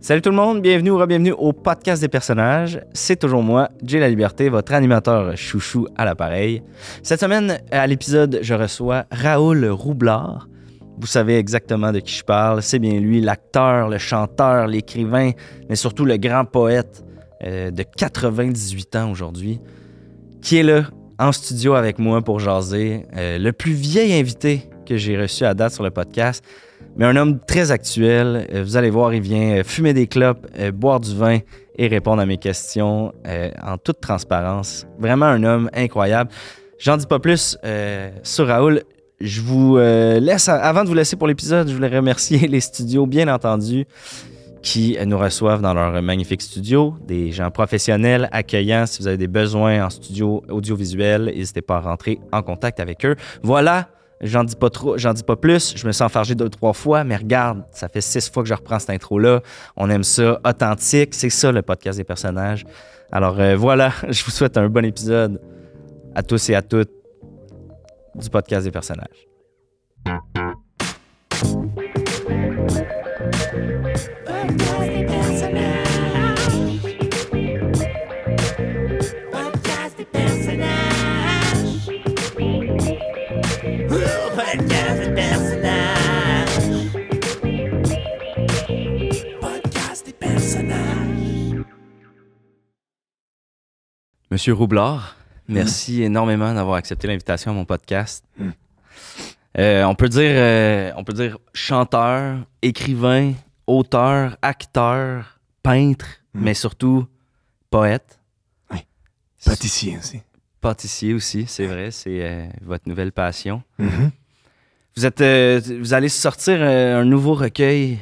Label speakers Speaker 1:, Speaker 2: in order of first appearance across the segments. Speaker 1: Salut tout le monde, bienvenue ou re-bienvenue au podcast des personnages. C'est toujours moi, Jay La Liberté, votre animateur chouchou à l'appareil. Cette semaine, à l'épisode, je reçois Raoul Roublard. Vous savez exactement de qui je parle. C'est bien lui, l'acteur, le chanteur, l'écrivain, mais surtout le grand poète euh, de 98 ans aujourd'hui, qui est là en studio avec moi pour jaser. Euh, le plus vieil invité que j'ai reçu à date sur le podcast, mais un homme très actuel. Euh, vous allez voir, il vient euh, fumer des clopes, euh, boire du vin et répondre à mes questions euh, en toute transparence. Vraiment un homme incroyable. J'en dis pas plus euh, sur Raoul. Je vous euh, laisse, avant de vous laisser pour l'épisode, je voulais remercier les studios, bien entendu, qui euh, nous reçoivent dans leur magnifique studio. Des gens professionnels, accueillants. Si vous avez des besoins en studio audiovisuel, n'hésitez pas à rentrer en contact avec eux. Voilà, j'en dis pas trop, j'en dis pas plus. Je me suis enfargé deux, trois fois, mais regarde, ça fait six fois que je reprends cette intro-là. On aime ça, authentique. C'est ça le podcast des personnages. Alors euh, voilà, je vous souhaite un bon épisode à tous et à toutes du podcast des personnages.
Speaker 2: Podcast des personnages. Podcast des personnages. Ouh, Podcast des personnages. Podcast des personnages.
Speaker 1: Monsieur Roublard, merci énormément d'avoir accepté l'invitation à mon podcast. Euh, on, peut dire, euh, on peut dire chanteur, écrivain, auteur, acteur, peintre, mais surtout poète,
Speaker 3: Pâtissier aussi.
Speaker 1: pâtissier aussi, c'est vrai, c'est euh, votre nouvelle passion.
Speaker 3: Mhm.
Speaker 1: Vous, êtes, euh, vous allez sortir euh, un nouveau recueil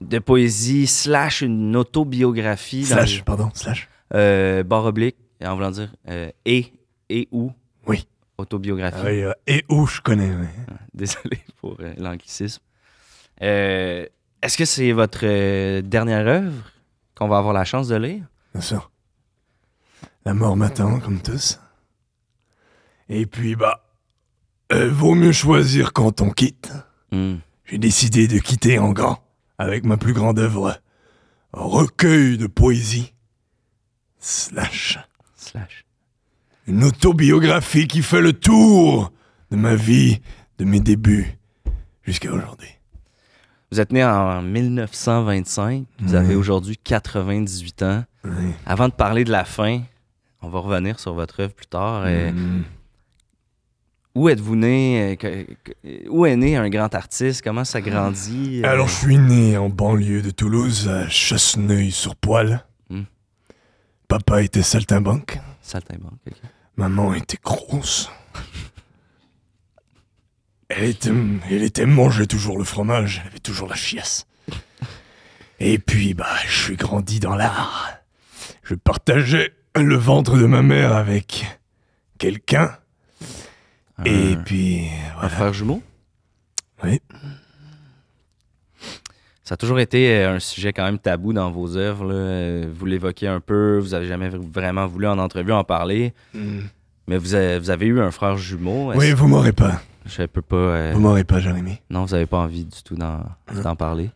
Speaker 1: de poésie slash une autobiographie. dans
Speaker 3: Slash, pardon, slash.
Speaker 1: le- euh, barre oblique, en voulant dire euh, et, et ou
Speaker 3: Oui.
Speaker 1: autobiographie.
Speaker 3: Ah oui, euh, et où je connais. oui.
Speaker 1: Désolé pour euh, l'anglicisme. Euh, Est-ce que c'est votre euh, dernière œuvre qu'on va avoir la chance de lire?
Speaker 3: Bien sûr. La mort m'attend, comme tous. Et puis, bah, euh, vaut mieux choisir quand on quitte.
Speaker 1: Hmm.
Speaker 3: J'ai décidé de quitter en grand avec ma plus grande œuvre, un recueil de poésie, slash,
Speaker 1: Slash.
Speaker 3: une autobiographie qui fait le tour de ma vie, de mes débuts, jusqu'à aujourd'hui.
Speaker 1: Vous êtes né en 1925. Vous
Speaker 3: Mhm.
Speaker 1: avez aujourd'hui 98 ans.
Speaker 3: Oui.
Speaker 1: Avant de parler de la fin, on va revenir sur votre œuvre plus tard. Euh,
Speaker 3: Mm.
Speaker 1: Où êtes-vous né? euh, que- que- où est né un grand artiste? Comment ça grandit? euh,
Speaker 3: Alors, je suis né en banlieue de Toulouse, à Chasseneuil-sur-Poil.
Speaker 1: Hmm.
Speaker 3: Papa était saltimbanque,
Speaker 1: Saltimbanque, ok.
Speaker 3: maman était grosse. elle, était, elle était mangeait toujours le fromage, elle avait toujours la chiasse. Et puis, bah, je suis grandi dans l'art. Je partageais le ventre de ma mère avec quelqu'un. Et
Speaker 1: Un-
Speaker 3: puis,
Speaker 1: Un
Speaker 3: voilà.
Speaker 1: frère jumeau?
Speaker 3: Oui.
Speaker 1: Ça a toujours été euh, un sujet quand même tabou dans vos œuvres. là. Euh, Vous l'évoquez un peu, vous avez jamais v- vraiment voulu en entrevue en parler,
Speaker 3: Hmm.
Speaker 1: mais vous avez, vous avez eu un frère jumeau. est-ce-
Speaker 3: Oui, vous m'aurez pas.
Speaker 1: Je peux pas. euh,
Speaker 3: Vous m'aurez pas, Jérémy.
Speaker 1: Non, vous avez pas envie du tout d'en
Speaker 3: Non.
Speaker 1: d'en parler.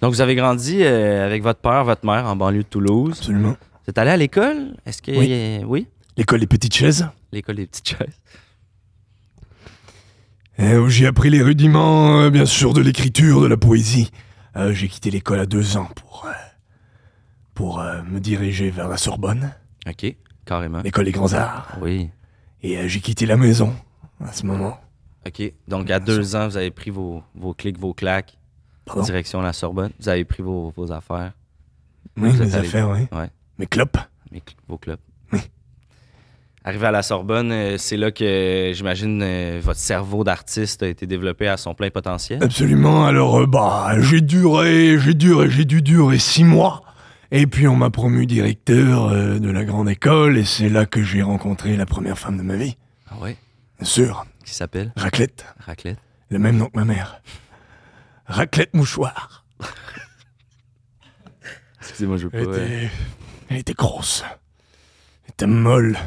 Speaker 1: Donc, vous avez grandi euh, avec votre père, votre mère en banlieue de Toulouse.
Speaker 3: Absolument.
Speaker 1: Vous êtes allé à l'école? Est-ce que.
Speaker 3: Oui.
Speaker 1: euh, oui?
Speaker 3: L'école des petites chaises.
Speaker 1: L'école des petites chaises.
Speaker 3: Euh, où j'ai appris les rudiments, euh, bien sûr, de l'écriture, de la poésie. Euh, j'ai quitté l'école à deux ans pour, euh, pour euh, me diriger vers la Sorbonne,
Speaker 1: OK, carrément.
Speaker 3: l'école des grands arts.
Speaker 1: Oui.
Speaker 3: Et euh, j'ai quitté la maison à ce moment.
Speaker 1: OK. Donc, à deux ans, vous avez pris vos, vos clics, vos claques,
Speaker 3: Pardon.
Speaker 1: direction la Sorbonne. Vous avez pris vos, vos affaires,
Speaker 3: Oui,
Speaker 1: Vous êtes
Speaker 3: mes
Speaker 1: allé-
Speaker 3: affaires, oui.
Speaker 1: ouais.
Speaker 3: Mes clopes.
Speaker 1: mes cl- vos clubs.
Speaker 3: Oui.
Speaker 1: Arrivé à la Sorbonne, euh, c'est là que, euh, j'imagine, euh, votre cerveau d'artiste a été développé à son plein potentiel.
Speaker 3: Absolument. Alors, euh, bah, j'ai duré, j'ai duré, j'ai dû durer six mois. Et puis, on m'a promu directeur euh, de la grande école, et c'est là que j'ai rencontré la première femme de ma vie.
Speaker 1: Ah ouais?
Speaker 3: Bien sûr,
Speaker 1: Qui s'appelle
Speaker 3: Raclette.
Speaker 1: Raclette.
Speaker 3: Le même nom que ma mère. Raclette mouchoir.
Speaker 1: Excusez-moi, je
Speaker 3: Elle,
Speaker 1: veux pas. euh,
Speaker 3: était, elle était grosse. Elle était molle.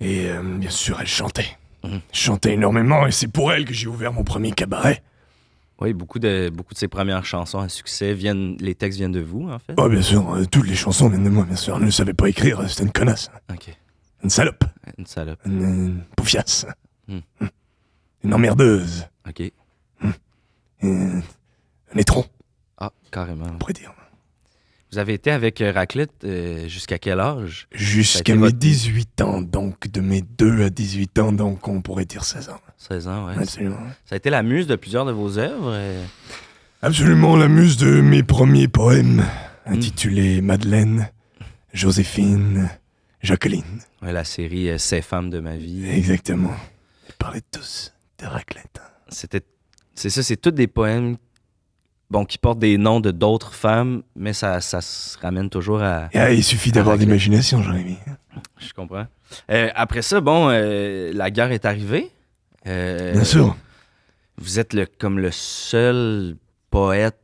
Speaker 3: Et euh, bien sûr, elle chantait.
Speaker 1: Mhm.
Speaker 3: Elle chantait énormément et c'est pour elle que j'ai ouvert mon premier cabaret.
Speaker 1: Oui, beaucoup de, beaucoup de ses premières chansons à succès viennent, les textes viennent de vous, en fait.
Speaker 3: Oh, bien sûr, euh, toutes les chansons viennent de moi, bien sûr. Elle ne savait pas écrire, c'était une connasse,
Speaker 1: Ok,
Speaker 3: une salope,
Speaker 1: une salope.
Speaker 3: une, une poufiasse,
Speaker 1: Hmm.
Speaker 3: une emmerdeuse,
Speaker 1: Ok.
Speaker 3: une- un étron,
Speaker 1: Ah, carrément.
Speaker 3: on pourrait dire.
Speaker 1: Vous avez été avec euh, Raclette euh, jusqu'à quel âge?
Speaker 3: Jusqu'à
Speaker 1: été
Speaker 3: mes
Speaker 1: votre-
Speaker 3: 18 ans, donc de mes 2 à 18 ans, donc on pourrait dire 16 ans.
Speaker 1: 16 ans, ouais.
Speaker 3: Absolument.
Speaker 1: Ça a été la muse de plusieurs de vos œuvres. euh,
Speaker 3: Absolument la muse de mes premiers poèmes,
Speaker 1: Hmm.
Speaker 3: intitulés Madeleine, Joséphine, Jacqueline.
Speaker 1: ouais, la série euh, Ces femmes de ma vie.
Speaker 3: Exactement. Ils parlaient tous de raclette. hein.
Speaker 1: C'était. C'est ça, c'est tous des poèmes bon, qui portent des noms de d'autres femmes, mais ça, ça se ramène toujours à.
Speaker 3: Et, ah, il suffit d'avoir
Speaker 1: Ah,
Speaker 3: de
Speaker 1: raclette.
Speaker 3: l'imagination, Jérémy.
Speaker 1: Je comprends. Euh, après ça, bon, euh, la guerre est arrivée. Euh,
Speaker 3: Bien sûr.
Speaker 1: Vous êtes le, comme le seul poète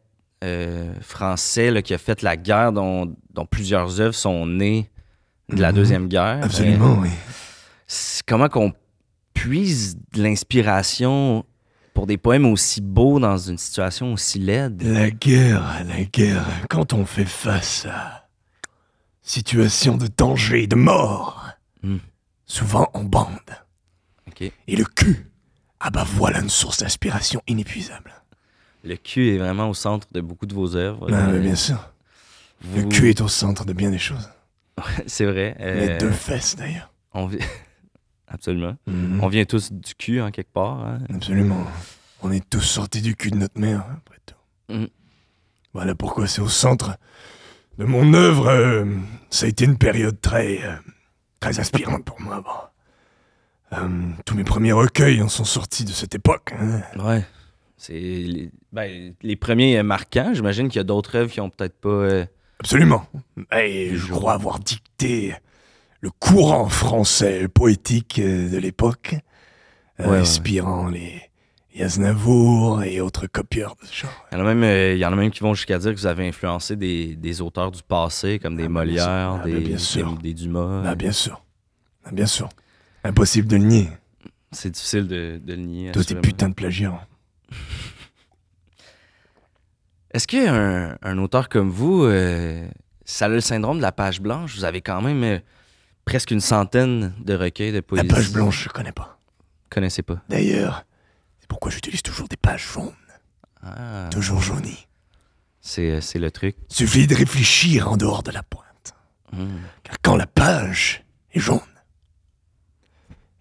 Speaker 1: euh, français là, qui a fait la guerre dont, dont plusieurs œuvres sont nées de la
Speaker 3: Mhm.
Speaker 1: Deuxième Guerre. Euh,
Speaker 3: Absolument, oui.
Speaker 1: c'est- comment qu'on puise de l'inspiration pour des poèmes aussi beaux dans une situation aussi laide?
Speaker 3: La guerre, la guerre, quand on fait face à situation de danger, de mort,
Speaker 1: Hmm.
Speaker 3: souvent en bande.
Speaker 1: OK.
Speaker 3: Et le cul Ah bah voilà une source d'inspiration inépuisable.
Speaker 1: Le cul est vraiment au centre de beaucoup de vos œuvres.
Speaker 3: Ah, mais
Speaker 1: Euh,
Speaker 3: bien sûr. Le
Speaker 1: vous-
Speaker 3: cul est au centre de bien des choses.
Speaker 1: C'est vrai. euh,
Speaker 3: Les deux fesses d'ailleurs.
Speaker 1: on vi- Absolument.
Speaker 3: Mhm.
Speaker 1: On vient tous du cul, en quelque part. hein.
Speaker 3: Absolument. On est tous sortis du cul de notre mère, hein, après tout.
Speaker 1: Mhm.
Speaker 3: Voilà pourquoi c'est au centre de mon œuvre. euh, ça a été une période très, euh, très inspirante pour moi. bon. Euh, tous mes premiers recueils en sont sortis de cette époque. hein.
Speaker 1: Ouais. C'est les, ben, les premiers euh, marquants. J'imagine qu'il y a d'autres œuvres qui ont peut-être pas. euh,
Speaker 3: Absolument. Et je crois avoir dicté le courant français poétique euh, de l'époque, euh,
Speaker 1: Ouais, ouais.
Speaker 3: inspirant les les Aznavour et autres copieurs de ce genre.
Speaker 1: Il, y en a même, euh, il y en a même qui vont jusqu'à dire que vous avez influencé des, des auteurs du passé, comme des
Speaker 3: Ah, ben, bien sûr.
Speaker 1: Molières,
Speaker 3: Ah,
Speaker 1: des,
Speaker 3: ben, bien sûr.
Speaker 1: des- des Dumas.
Speaker 3: Ah, bien sûr. Ah, bien sûr. Impossible de le nier.
Speaker 1: C'est difficile de, de le nier.
Speaker 3: Tous des
Speaker 1: assurément.
Speaker 3: putains de hein. plagiats.
Speaker 1: Est-ce qu'un un auteur comme vous, euh, ça a le syndrome de la page blanche? Vous avez quand même euh, presque une centaine de recueils de
Speaker 3: La
Speaker 1: poésie.
Speaker 3: page blanche, je connais pas.
Speaker 1: Vous connaissez pas.
Speaker 3: D'ailleurs, c'est pourquoi j'utilise toujours des pages jaunes.
Speaker 1: Ah,
Speaker 3: Toujours jaunies.
Speaker 1: c'est euh, c'est le truc.
Speaker 3: Suffit de réfléchir en dehors de la pointe.
Speaker 1: Hmm.
Speaker 3: Car quand la page est jaune,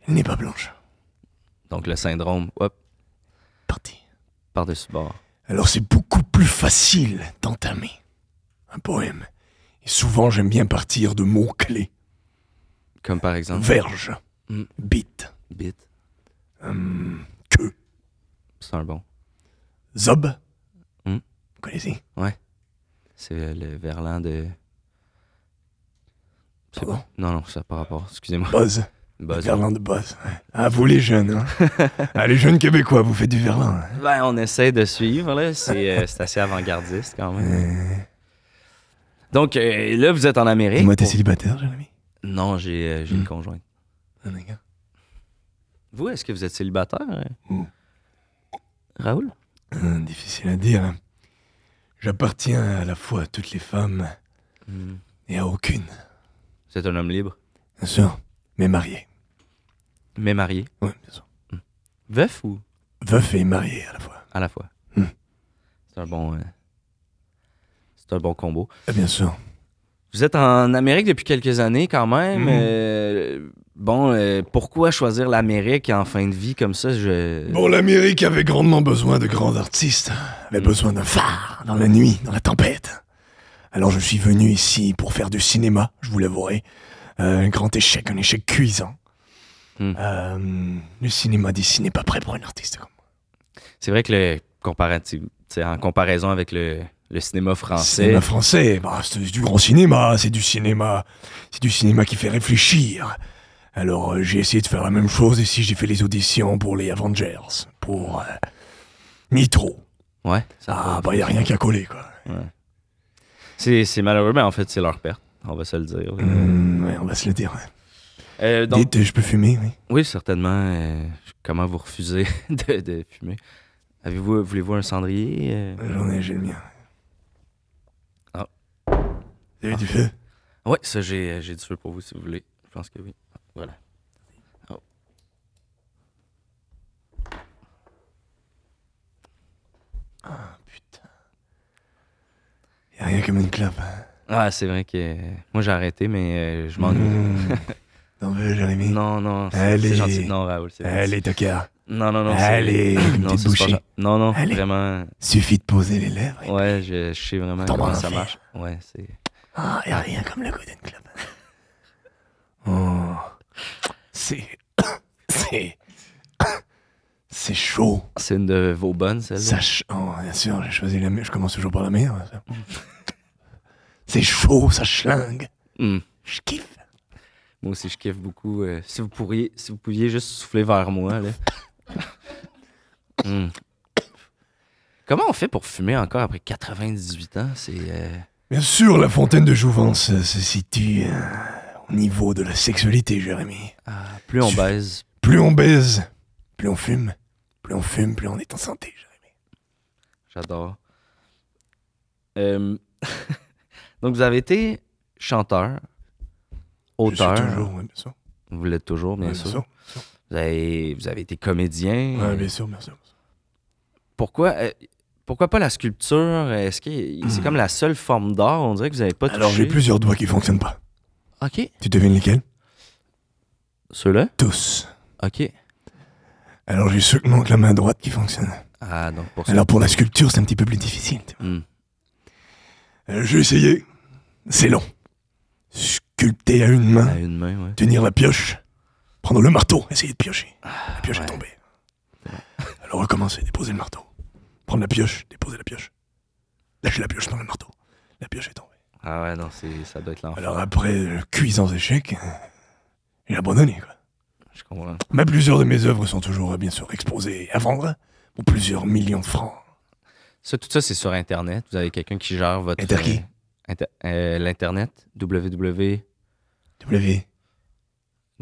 Speaker 3: elle n'est pas blanche.
Speaker 1: Donc le syndrome, hop,
Speaker 3: Parti.
Speaker 1: par-dessus bord.
Speaker 3: Alors c'est beaucoup plus facile d'entamer un poème. Et souvent j'aime bien partir de mots clés.
Speaker 1: Comme par exemple.
Speaker 3: Verge,
Speaker 1: Mm.
Speaker 3: bite,
Speaker 1: Bit,
Speaker 3: hum, queue,
Speaker 1: c'est un bon.
Speaker 3: zob.
Speaker 1: Mm.
Speaker 3: Vous Connaissez
Speaker 1: C'est euh, le verlan de. C'est
Speaker 3: Pardon
Speaker 1: bon. Non, non, ça n'a pas rapport. Excusez-moi.
Speaker 3: Buzz.
Speaker 1: Buzz.
Speaker 3: Verlan de Buzz. ouais. Ah vous les jeunes. Hein. ah les jeunes québécois, vous faites du verlan. hein.
Speaker 1: Ben, on essaie de suivre, là. C'est euh, c'est assez avant-gardiste, quand même.
Speaker 3: Euh,
Speaker 1: Donc, euh, là, vous êtes en Amérique.
Speaker 3: Moi t'es
Speaker 1: pour-
Speaker 3: célibataire, Jérémy
Speaker 1: Non, j'ai euh, j'ai
Speaker 3: Hmm.
Speaker 1: une conjointe.
Speaker 3: Ah, d'accord.
Speaker 1: Vous, est-ce que vous êtes célibataire? hein?
Speaker 3: Hmm.
Speaker 1: Raoul?
Speaker 3: Hum, Difficile à dire. J'appartiens à la fois à toutes les femmes
Speaker 1: Hmm.
Speaker 3: et à aucune.
Speaker 1: Vous êtes un homme libre,
Speaker 3: Bien sûr, mais marié.
Speaker 1: mais marié.
Speaker 3: Oui, bien sûr.
Speaker 1: Veuf ou
Speaker 3: Veuf et marié à la fois.
Speaker 1: à la fois?
Speaker 3: Hmm.
Speaker 1: C'est un bon. euh, C'est un bon combo.
Speaker 3: Ah, bien sûr.
Speaker 1: Vous êtes en Amérique depuis quelques années quand même.
Speaker 3: Mhm.
Speaker 1: Euh, bon, euh, pourquoi choisir l'Amérique en fin de vie comme ça? Je...
Speaker 3: Bon, l'Amérique avait grandement besoin de grands artistes, avait
Speaker 1: Mm.
Speaker 3: besoin d'un phare dans la nuit, dans la tempête. Alors je suis venu ici pour faire du cinéma, je vous l'avouerai. Euh, un grand échec, un échec cuisant.
Speaker 1: Mm.
Speaker 3: Euh, le cinéma d'ici n'est pas prêt pour un artiste comme moi.
Speaker 1: C'est vrai que le comparatif, t'sais, en comparaison avec le, le cinéma français,
Speaker 3: Cinéma français, bah, c'est du grand cinéma, c'est du cinéma, c'est du cinéma qui fait réfléchir. Alors euh, j'ai essayé de faire la même chose ici, j'ai fait les auditions pour les Avengers, pour euh, Nitro.
Speaker 1: ouais, ça
Speaker 3: Ah
Speaker 1: va.
Speaker 3: bah y a rien qu'à coller quoi.
Speaker 1: c'est, c'est malheureux, mais en fait, c'est leur perte. On va se le dire.
Speaker 3: Hmm, ouais, on va se le dire.
Speaker 1: Euh, donc,
Speaker 3: Dites, je peux fumer, oui.
Speaker 1: oui, certainement. euh, comment vous refusez de, de fumer? Avez-vous, voulez-vous un cendrier? euh?
Speaker 3: J'en ai, j'ai le mien.
Speaker 1: Ah.
Speaker 3: Vous avez du feu
Speaker 1: Ouais, ça, j'ai, euh, j'ai du feu pour vous si vous voulez. Je pense que oui. Ah, Voilà. Oh.
Speaker 3: Ah, putain. Y a rien comme une clope. hein.
Speaker 1: Ah, c'est vrai que. euh, Moi, j'ai arrêté, mais euh, je m'ennuie.
Speaker 3: Mmh. T'en veux, Jérémy Eh,
Speaker 1: Non, non, c'est,
Speaker 3: Allez.
Speaker 1: c'est gentil. Non, Raoul, c'est gentil.
Speaker 3: Allez, tocard.
Speaker 1: Non, non, non. c'est-
Speaker 3: Allez, une
Speaker 1: non,
Speaker 3: petite
Speaker 1: c'est super
Speaker 3: bouchée.
Speaker 1: gen- Non, non,
Speaker 3: Allez.
Speaker 1: vraiment.
Speaker 3: Suffit de poser les lèvres. et-
Speaker 1: Ouais, je, je sais vraiment
Speaker 3: Tombe en
Speaker 1: comment ça
Speaker 3: enfer.
Speaker 1: marche. Ouais, c'est.
Speaker 3: Ah, y a rien comme le goût d'une clope. Oh. C'est. C'est. C'est chaud.
Speaker 1: C'est une de vos bonnes, celle-là.
Speaker 3: Ça ch- oh, bien sûr, j'ai choisi la meilleure. Je commence toujours par la meilleure. ça. C'est chaud, ça schlingue.
Speaker 1: Hmm.
Speaker 3: Je kiffe.
Speaker 1: Moi aussi, je kiffe beaucoup. euh, si vous pourriez, si vous pouviez juste souffler vers moi, là. Hmm. Comment on fait pour fumer encore après 98 ans? C'est. euh,
Speaker 3: Bien sûr, la fontaine de jouvence euh, se situe euh, au niveau de la sexualité, Jérémy.
Speaker 1: ah, plus on
Speaker 3: Tu-
Speaker 1: baise.
Speaker 3: Plus on baise, plus on fume. Plus on fume, plus on est en santé, Jérémy.
Speaker 1: J'adore. Euh, Donc, vous avez été chanteur, auteur.
Speaker 3: Je suis toujours, ouais, bien sûr.
Speaker 1: Vous l'êtes toujours, bien
Speaker 3: Ouais,
Speaker 1: sûr. Mmh. Vous avez, vous avez été comédien.
Speaker 3: Ouais, bien sûr, bien sûr.
Speaker 1: Pourquoi, euh, pourquoi pas la sculpture? Est-ce que c'est comme la seule forme d'art? On dirait que vous n'avez pas touché.
Speaker 3: Hmm. Alors, j'ai plusieurs doigts qui fonctionnent pas.
Speaker 1: OK.
Speaker 3: Tu devines lesquels
Speaker 1: Ceux-là?
Speaker 3: Tous.
Speaker 1: OK.
Speaker 3: Alors, j'ai ceux que manque la main droite qui fonctionne.
Speaker 1: Ah, donc pour ça.
Speaker 3: Alors, pour la sculpture, c'est un petit peu plus difficile. tu vois.
Speaker 1: Hmm.
Speaker 3: Euh, j'ai essayé. C'est long. Sculpter à une
Speaker 1: À
Speaker 3: main,
Speaker 1: une main, ouais.
Speaker 3: tenir la pioche, prendre le marteau, essayer de piocher. La pioche
Speaker 1: ouais.
Speaker 3: est tombée. Alors, recommencer, déposer le marteau. Prendre la pioche, déposer la pioche. Lâcher la pioche dans le marteau. La pioche est tombée.
Speaker 1: Ah ouais, non, c'est, ça doit être l'enfer.
Speaker 3: Alors, après le cuisant échec, euh, j'ai abandonné, quoi.
Speaker 1: Je comprends.
Speaker 3: Mais plusieurs de mes œuvres sont toujours, euh, bien sûr, exposées à vendre pour plusieurs millions de francs.
Speaker 1: Ça, tout ça, c'est sur Internet. Vous avez quelqu'un qui gère votre...
Speaker 3: Inter qui?
Speaker 1: euh, inter- euh, L'Internet. www.
Speaker 3: W.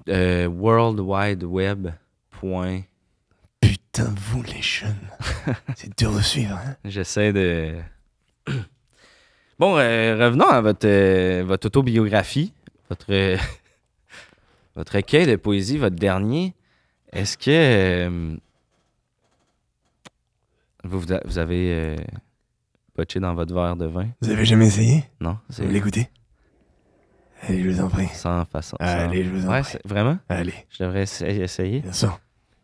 Speaker 1: euh, worldwideweb.com.
Speaker 3: Putain, vous les jeunes. C'est dur de suivre, hein.
Speaker 1: J'essaie de. Bon, euh, revenons à votre, euh, votre autobiographie, votre, euh, votre recueil de poésie, votre dernier. Est-ce que. euh, vous, vous a- vous avez euh, botché dans votre verre de vin
Speaker 3: Vous avez jamais essayé
Speaker 1: Non
Speaker 3: Vous voulez goûter Allez, je vous en prie.
Speaker 1: Sans façon. sans-
Speaker 3: Allez, je vous en
Speaker 1: Ouais,
Speaker 3: prie.
Speaker 1: c'est- vraiment
Speaker 3: Allez,
Speaker 1: Je devrais essa- essayer.
Speaker 3: bien sûr.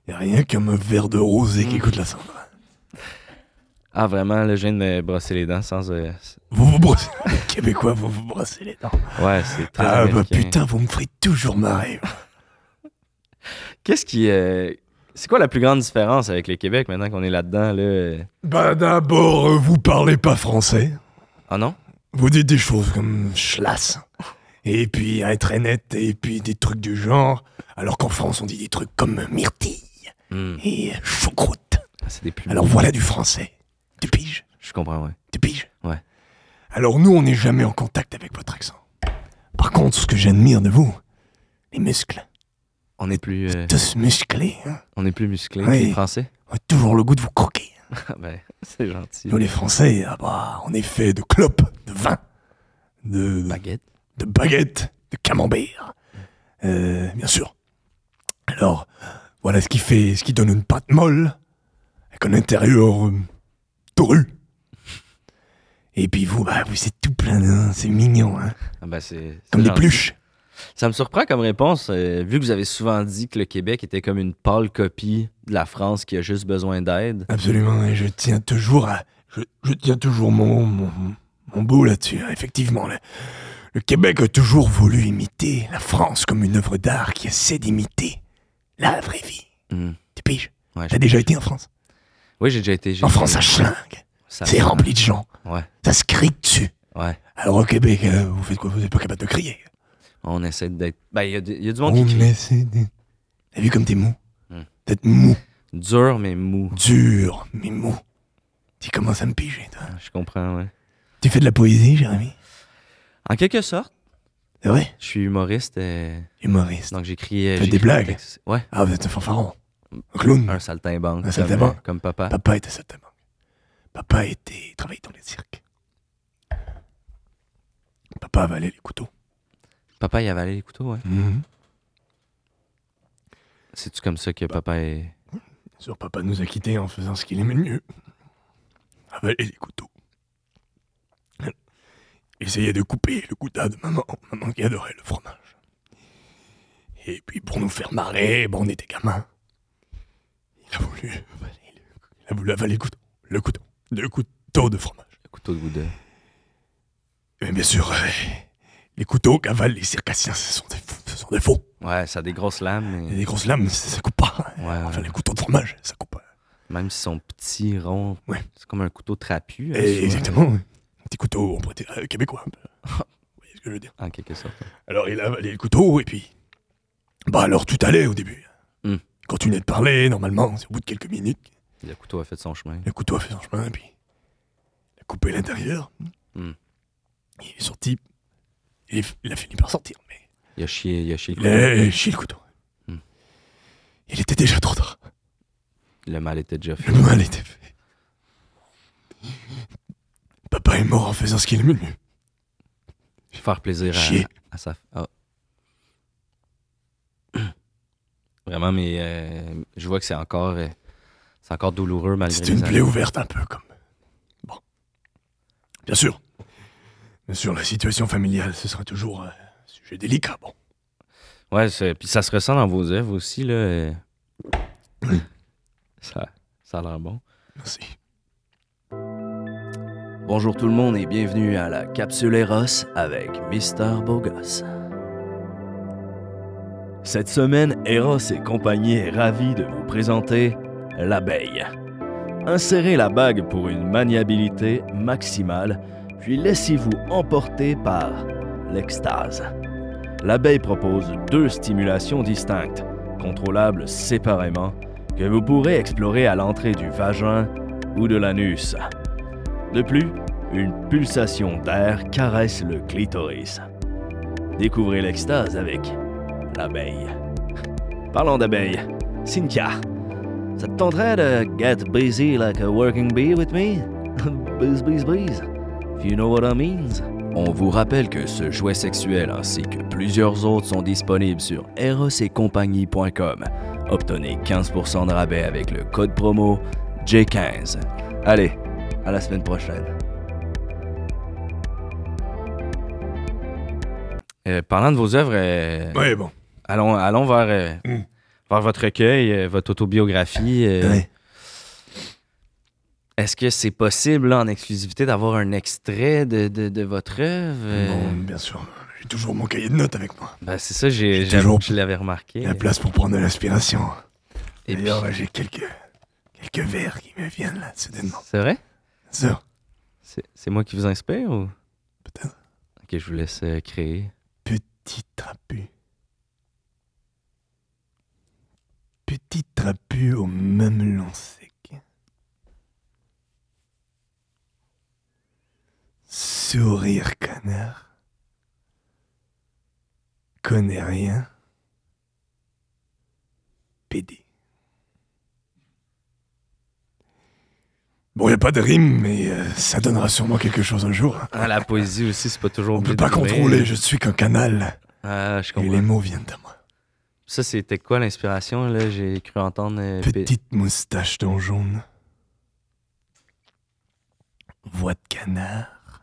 Speaker 3: Y a rien comme un verre de rosé qui
Speaker 1: Mm.
Speaker 3: coûte la cendre.
Speaker 1: Ah, vraiment, là, je viens de me brosser les dents sans. euh, s-
Speaker 3: Vous vous brossez, Québécois, vous vous brossez les dents.
Speaker 1: Ouais, c'est très.
Speaker 3: Ah bah
Speaker 1: américain.
Speaker 3: putain, vous me ferez toujours marrer.
Speaker 1: Qu'est-ce qui. euh, C'est quoi la plus grande différence avec le Québec maintenant qu'on est là-dedans? Là? euh?
Speaker 3: Bah d'abord, euh, vous parlez pas français.
Speaker 1: Ah non?
Speaker 3: Vous dites des choses comme schlass. Et puis un très net, et puis des trucs du genre. Alors qu'en France, on dit des trucs comme myrtille
Speaker 1: Hmm.
Speaker 3: et choucroute.
Speaker 1: Ah, C'est des plus.
Speaker 3: Alors voilà du français. Tu piges
Speaker 1: Je comprends, ouais.
Speaker 3: Tu piges
Speaker 1: Ouais.
Speaker 3: Alors nous, on n'est jamais en contact avec votre accent. Par contre, ce que j'admire de vous, les muscles.
Speaker 1: On est plus, euh,
Speaker 3: Tous musclés, hein.
Speaker 1: on est plus musclé
Speaker 3: Oui.
Speaker 1: que les Français.
Speaker 3: On a toujours le goût de vous croquer.
Speaker 1: Ah ben, c'est gentil.
Speaker 3: Nous, les Français, ah bah, on est fait de clopes, de vin, de,
Speaker 1: Baguette.
Speaker 3: de baguettes, de camembert. Euh, bien sûr. Alors, voilà ce qui fait, ce qui donne une pâte molle, avec un intérieur euh, torru. Et puis vous, bah, vous êtes tout plein, hein, c'est mignon, hein.
Speaker 1: Ah ben, c'est. c'est
Speaker 3: Comme des
Speaker 1: gentil.
Speaker 3: pluches.
Speaker 1: Ça me surprend comme réponse, euh, vu que vous avez souvent dit que le Québec était comme une pâle copie de la France qui a juste besoin d'aide.
Speaker 3: Absolument, et je tiens toujours à. Je, je tiens toujours mon, mon, mon bout là-dessus, hein, effectivement. Le, le Québec a toujours voulu imiter la France comme une œuvre d'art qui essaie d'imiter la vraie vie.
Speaker 1: Hmm.
Speaker 3: Tu piges
Speaker 1: Ouais,
Speaker 3: T'as
Speaker 1: je-
Speaker 3: déjà été en France
Speaker 1: Oui, j'ai déjà été. j'ai
Speaker 3: En
Speaker 1: été-
Speaker 3: France, ça schlingue.
Speaker 1: Ça-
Speaker 3: C'est rempli de gens.
Speaker 1: Ouais,
Speaker 3: Ça se crie dessus.
Speaker 1: ouais.
Speaker 3: Alors au Québec, euh, vous faites quoi Vous n'êtes pas capable de crier.
Speaker 1: On essaie d'être. Ben, il y, a du- il y a du monde
Speaker 3: On
Speaker 1: qui crie.
Speaker 3: essaie de... T'as vu comme t'es mou
Speaker 1: Hmm.
Speaker 3: T'es mou,
Speaker 1: Dur, mais mou.
Speaker 3: dur, mais mou. Tu commences à me piger, toi.
Speaker 1: Ah, Je comprends, ouais.
Speaker 3: Tu fais de la poésie, Jérémy
Speaker 1: En quelque sorte,
Speaker 3: C'est vrai
Speaker 1: je suis humoriste. euh,
Speaker 3: Humoriste.
Speaker 1: Donc j'écris. euh,
Speaker 3: Faites des
Speaker 1: j'écris
Speaker 3: blagues.
Speaker 1: textes. Ouais,
Speaker 3: Ah, vous êtes un fanfaron. Un clown.
Speaker 1: Un saltimbanque.
Speaker 3: Un
Speaker 1: comme,
Speaker 3: saltimbanque.
Speaker 1: euh, Comme papa.
Speaker 3: Papa était saltimbanque. Papa était travaillait dans les cirques. Papa avalait les couteaux.
Speaker 1: Papa, il avalait les couteaux, ouais. C'est-tu comme ça que
Speaker 3: Bah.
Speaker 1: papa est.
Speaker 3: Bien sûr, papa nous a quittés en faisant ce qu'il aimait le mieux. Avaler les couteaux. Essayait de couper le gouda de maman, maman qui adorait le fromage. Et puis pour nous faire marrer, bon, on était gamins. Il a voulu avaler le, il a voulu avaler le couteau, le couteau, le couteau de fromage.
Speaker 1: Le couteau de Gouda.
Speaker 3: Mais bien sûr, euh, les couteaux qu'avalent les circassiens, ce sont des, fous- ce sont des faux.
Speaker 1: Ouais, ça a des grosses lames.
Speaker 3: Et
Speaker 1: mais-
Speaker 3: des grosses lames, ça, ça coupe pas.
Speaker 1: Ouais, ouais.
Speaker 3: Enfin, les couteaux de fromage, ça coupe pas.
Speaker 1: Même si son petit rond.
Speaker 3: Ouais.
Speaker 1: C'est comme un couteau trapu. hein,
Speaker 3: Et
Speaker 1: souvent,
Speaker 3: exactement. oui. Un petit couteau emprunté euh, québécois. Vous voyez ce que je veux dire
Speaker 1: En quelque sorte.
Speaker 3: Alors il a avalé le couteau et puis. Bah alors tout allait au début.
Speaker 1: Hmm.
Speaker 3: Il Continuait de parler, normalement, c'est au bout de quelques minutes.
Speaker 1: Le couteau a fait son chemin.
Speaker 3: Le couteau a fait son chemin et puis. Il a coupé l'intérieur.
Speaker 1: Hmm.
Speaker 3: Il est sorti. Il, est- il a fini par sortir, mais.
Speaker 1: Il a chié, il a chié le
Speaker 3: Il
Speaker 1: couteau.
Speaker 3: a chié le couteau.
Speaker 1: Hmm.
Speaker 3: Il était déjà trop tard.
Speaker 1: Le mal était déjà fait.
Speaker 3: Le mal était fait. Papa est mort en faisant ce qu'il aimait le mieux.
Speaker 1: Faire plaisir
Speaker 3: Chier.
Speaker 1: à, à sa. ah. Vraiment, mais euh, je vois que c'est encore. euh, c'est encore douloureux malgré
Speaker 3: C'est
Speaker 1: les
Speaker 3: une
Speaker 1: années.
Speaker 3: plaie ouverte un peu comme. Bon. Bien sûr. Bien sûr, la situation familiale, ce sera toujours euh, un sujet délicat. Bon.
Speaker 1: Ouais, c'est- puis ça se ressent dans vos œuvres aussi, là. euh. ça, ça a l'air bon.
Speaker 3: Merci.
Speaker 1: Bonjour tout le monde et bienvenue à la Capsule Eros avec Mister Bogos. Cette semaine, Eros et compagnie est ravi de vous présenter l'abeille. Insérez la bague pour une maniabilité maximale, puis laissez-vous emporter par l'extase. L'abeille propose deux stimulations distinctes, contrôlables séparément, que vous pourrez explorer à l'entrée du vagin ou de l'anus. De plus, une pulsation d'air caresse le clitoris. Découvrez l'extase avec l'abeille. Parlons d'abeille. Cynthia, ça te tenterait de get busy like a working bee with me? Buzz, buzz, buzz. If you know what I means. On vous rappelle que ce jouet sexuel ainsi que plusieurs autres sont disponibles sur E erosetcompagnie.com. Obtenez 15% de rabais avec le code promo J15. Allez, à la semaine prochaine. parlant de vos œuvres, euh,
Speaker 3: Ouais, bon.
Speaker 1: allons, allons vers, euh,
Speaker 3: Mm.
Speaker 1: vers votre recueil, euh, votre autobiographie. euh,
Speaker 3: Ouais.
Speaker 1: Est-ce que c'est possible, là, en exclusivité, d'avoir un extrait de, de- de votre œuvre? euh,
Speaker 3: Bon, bien sûr. J'ai toujours mon cahier de notes avec moi.
Speaker 1: ben, c'est ça, j'ai,
Speaker 3: J'ai
Speaker 1: j'aime-
Speaker 3: toujours-
Speaker 1: je l'avais remarqué.
Speaker 3: La place pour prendre de l'aspiration.
Speaker 1: euh. Et puis-
Speaker 3: D'ailleurs, là, j'ai quelques. quelques vers qui me viennent là, soudainement.
Speaker 1: c'est vrai?
Speaker 3: Bien sûr.
Speaker 1: C'est, c'est moi qui vous inspire ou?
Speaker 3: Peut-être.
Speaker 1: Ok, je vous laisse euh, créer.
Speaker 3: Petit trapu. Petit trapu au mamelon sec. Sourire connard. Connais rien. PD. Bon, y a pas de rime, mais euh, ça donnera sûrement quelque chose un jour.
Speaker 1: Ah, la poésie aussi, c'est pas toujours...
Speaker 3: On
Speaker 1: obligé
Speaker 3: peut pas
Speaker 1: de rire.
Speaker 3: contrôler, je suis qu'un canal.
Speaker 1: Ah, je
Speaker 3: Et
Speaker 1: comprends.
Speaker 3: les mots viennent à moi.
Speaker 1: Ça, c'était quoi l'inspiration, là? J'ai cru entendre... euh, P-
Speaker 3: Petite moustache dans jaune. Voix de canard.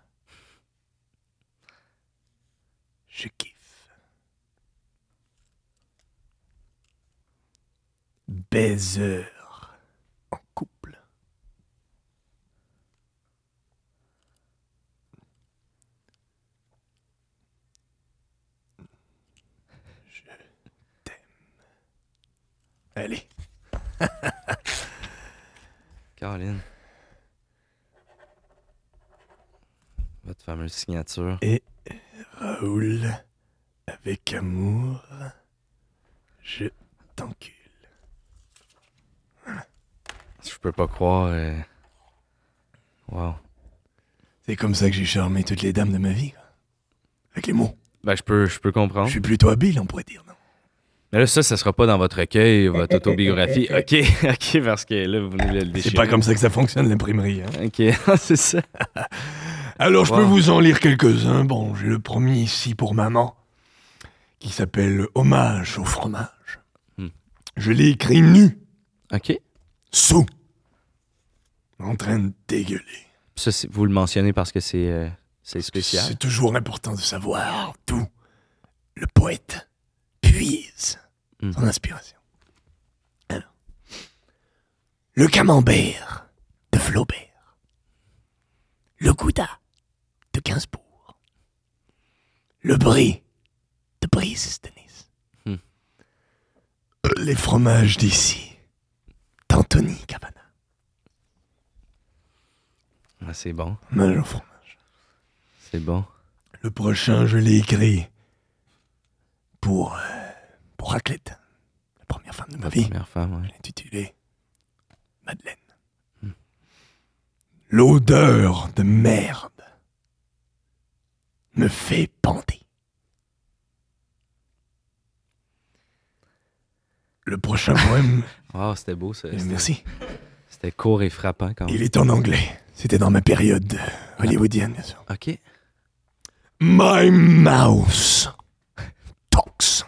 Speaker 3: Je kiffe. Baiser en couple. Je t'aime. Allez.
Speaker 1: Caroline. Votre fameuse signature.
Speaker 3: Raoul, avec amour, je t'encule.
Speaker 1: Je peux pas croire... euh, Wow.
Speaker 3: C'est comme ça que j'ai charmé toutes les dames de ma vie. quoi. Avec les mots.
Speaker 1: Ben, je peux, je peux comprendre.
Speaker 3: Je suis plutôt habile, on pourrait dire, non
Speaker 1: Mais là, ça, ça sera pas dans votre recueil, votre autobiographie. OK, OK, parce que là, vous voulez le déchirer.
Speaker 3: C'est pas comme ça que ça fonctionne, l'imprimerie. hein.
Speaker 1: OK, ah, c'est ça.
Speaker 3: Alors, je peux
Speaker 1: Wow.
Speaker 3: vous en lire quelques-uns. Bon, j'ai le premier ici pour maman, qui s'appelle Hommage au fromage.
Speaker 1: Hmm.
Speaker 3: Je l'ai écrit nu,
Speaker 1: OK.
Speaker 3: sous, en train de dégueuler.
Speaker 1: Ça, c'est- vous le mentionnez parce que c'est euh, c'est spécial.
Speaker 3: C'est toujours important de savoir d'où le poète puise
Speaker 1: Mhm.
Speaker 3: son inspiration. Alors, le camembert de Flaubert, le gouda de Gainsbourg, le brie de Brice de Nice,
Speaker 1: Mhm.
Speaker 3: Euh, les fromages d'ici d'Anthony Cavana.
Speaker 1: Ah, c'est bon,
Speaker 3: Hommage au fromage.
Speaker 1: c'est bon.
Speaker 3: Le prochain, je l'ai écrit pour, euh, pour Raclette, la première femme de ma
Speaker 1: Votre
Speaker 3: vie.
Speaker 1: première femme, ouais.
Speaker 3: intitulée Madeleine. L'odeur de merde me fait bander. Le prochain poème,
Speaker 1: Wow, Ah, c'était beau, ça. C'était-
Speaker 3: merci,
Speaker 1: C'était court et frappant quand même.
Speaker 3: il est en anglais. C'était dans ma période hollywoodienne, bien sûr.
Speaker 1: OK.
Speaker 3: My mouse talks.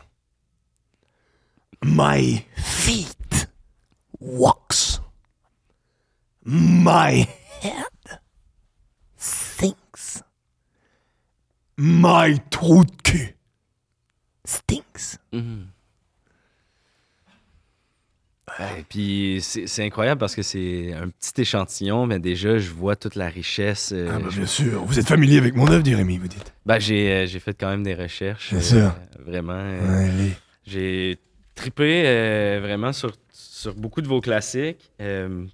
Speaker 3: My feet walks. My head thinks. My trou de cul stinks.
Speaker 1: Et puis c'est c'est incroyable parce que c'est un petit échantillon, mais déjà, je vois toute la richesse. euh, je-
Speaker 3: Ah, bah, bien sûr, vous êtes familier avec mon œuvre, dit Rémi, vous dites.
Speaker 1: Ben, j'ai euh, j'ai fait quand même des recherches.
Speaker 3: Bien sûr.
Speaker 1: Vraiment. euh, J'ai tripé vraiment sur, sur beaucoup de vos classiques. Euh,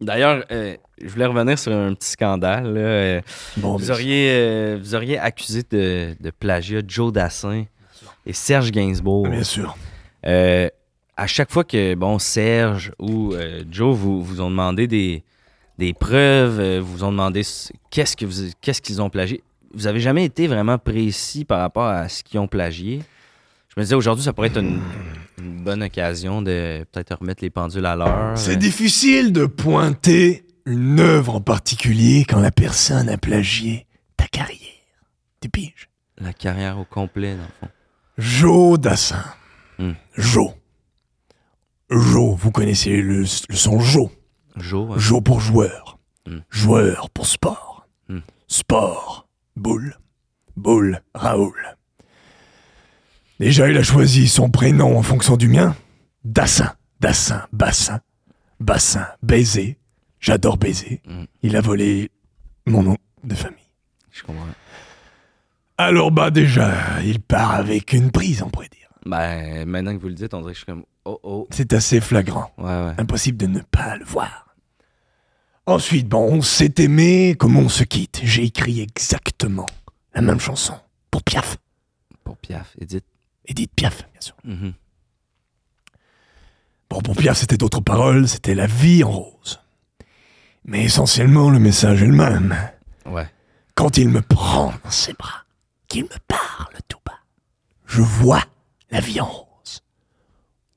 Speaker 1: D'ailleurs, euh, je voulais revenir sur un petit scandale. là. Euh,
Speaker 3: Bon,
Speaker 1: vous,
Speaker 3: bien
Speaker 1: auriez, euh, vous auriez accusé de, de plagiat Joe Dassin et Serge Gainsbourg.
Speaker 3: sûr, bien sûr.
Speaker 1: Euh, à chaque fois que bon Serge ou euh, Joe vous, vous ont demandé des, des preuves, euh, vous ont demandé ce- qu'est-ce que vous- qu'est-ce qu'ils ont plagié, vous avez jamais été vraiment précis par rapport à ce qu'ils ont plagié. Je me disais aujourd'hui ça pourrait être une, une bonne occasion de peut-être remettre les pendules à l'heure. euh,
Speaker 3: C'est difficile de pointer une œuvre en particulier quand la personne a plagié ta carrière. Tu piges
Speaker 1: La carrière au complet dans le fond.
Speaker 3: Joe Dassin.
Speaker 1: Hmm.
Speaker 3: Joe. Joe, vous connaissez le, le son Joe.
Speaker 1: Joe, hein.
Speaker 3: Joe pour joueur.
Speaker 1: Hmm.
Speaker 3: Joueur pour sport.
Speaker 1: Hmm.
Speaker 3: Sport, boule. Boule, Raoul. Déjà, il a choisi son prénom en fonction du mien. Dassin, Dassin, Bassin, Bassin, baiser. J'adore baiser.
Speaker 1: Hmm.
Speaker 3: Il a volé mon nom de famille.
Speaker 1: je comprends.
Speaker 3: Alors bah déjà, il part avec une prise, on pourrait dire.
Speaker 1: Ben maintenant que vous le dites, on dirait que je suis comme oh oh.
Speaker 3: C'est assez flagrant.
Speaker 1: Ouais ouais.
Speaker 3: Impossible de ne pas le voir. Ensuite, bon, on s'est aimé, comment on se quitte J'ai écrit exactement la même chanson pour Piaf.
Speaker 1: Pour Piaf, Edith.
Speaker 3: Edith Piaf, bien sûr.
Speaker 1: Mhm.
Speaker 3: Bon, pour Piaf, c'était d'autres paroles, c'était la vie en rose. Mais essentiellement, le message est le même.
Speaker 1: Ouais.
Speaker 3: Quand il me prend dans ses bras, qu'il me parle tout bas, je vois la vie en rose.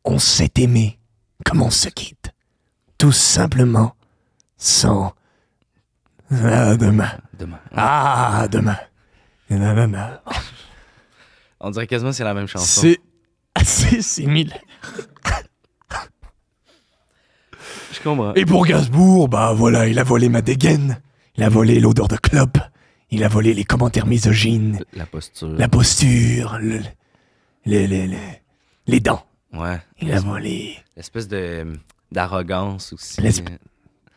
Speaker 3: On s'est aimé comme on se quitte, tout simplement, sans... À demain.
Speaker 1: Demain.
Speaker 3: Ah, demain. Nanana.
Speaker 1: On dirait quasiment que c'est la même chanson.
Speaker 3: C'est assez similaire.
Speaker 1: Je comprends.
Speaker 3: Et pour Gainsbourg, bah voilà, il a volé ma dégaine, il a volé l'odeur de clope, il a volé les commentaires misogynes,
Speaker 1: La posture.
Speaker 3: la posture, le- les, les, les, les dents.
Speaker 1: Ouais.
Speaker 3: Il a volé.
Speaker 1: L'espèce de hum, d'arrogance aussi.
Speaker 3: L'esp-
Speaker 1: Euh,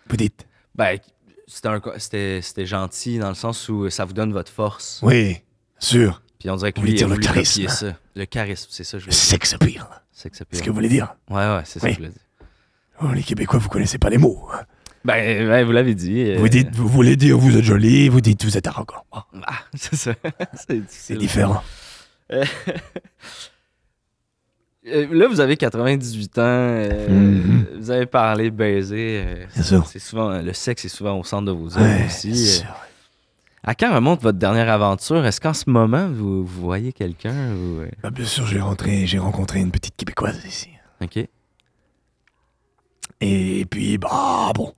Speaker 3: Vous dites
Speaker 1: Ben, c'était un co- c'était c'était gentil dans le sens où ça vous donne votre force.
Speaker 3: Oui, sûr.
Speaker 1: Puis on dirait que
Speaker 3: On lui
Speaker 1: lui, il
Speaker 3: dit
Speaker 1: a
Speaker 3: le
Speaker 1: voulu copier
Speaker 3: charisme.
Speaker 1: ça. Le charisme, c'est ça je
Speaker 3: Le
Speaker 1: veux dire.
Speaker 3: sexe pire.
Speaker 1: C'est que ça peut.
Speaker 3: C'est ce que vous voulez dire
Speaker 1: Ouais ouais, c'est ça
Speaker 3: Oui.
Speaker 1: que je voulais dire.
Speaker 3: Oh, Les Québécois, vous connaissez pas les mots. hein.
Speaker 1: Ben, ouais, vous l'avez dit. euh,
Speaker 3: Vous dites, vous voulez dire vous êtes joli, vous dites vous êtes arrogant. Oh,
Speaker 1: Ah, c'est ça. c'est difficile.
Speaker 3: C'est différent.
Speaker 1: Euh, Là, vous avez 98 ans. euh,
Speaker 3: Mhm.
Speaker 1: Vous avez parlé baiser. euh,
Speaker 3: Bien sûr.
Speaker 1: c'est souvent le sexe est souvent au centre de vos œuvres
Speaker 3: Ouais,
Speaker 1: aussi.
Speaker 3: bien
Speaker 1: euh,
Speaker 3: sûr.
Speaker 1: À quand remonte votre dernière aventure? Est-ce qu'en ce moment, vous, vous voyez quelqu'un? ou, euh,
Speaker 3: Ah, bien sûr, j'ai rentré, j'ai rencontré une petite québécoise ici.
Speaker 1: OK.
Speaker 3: Et puis, bah bon,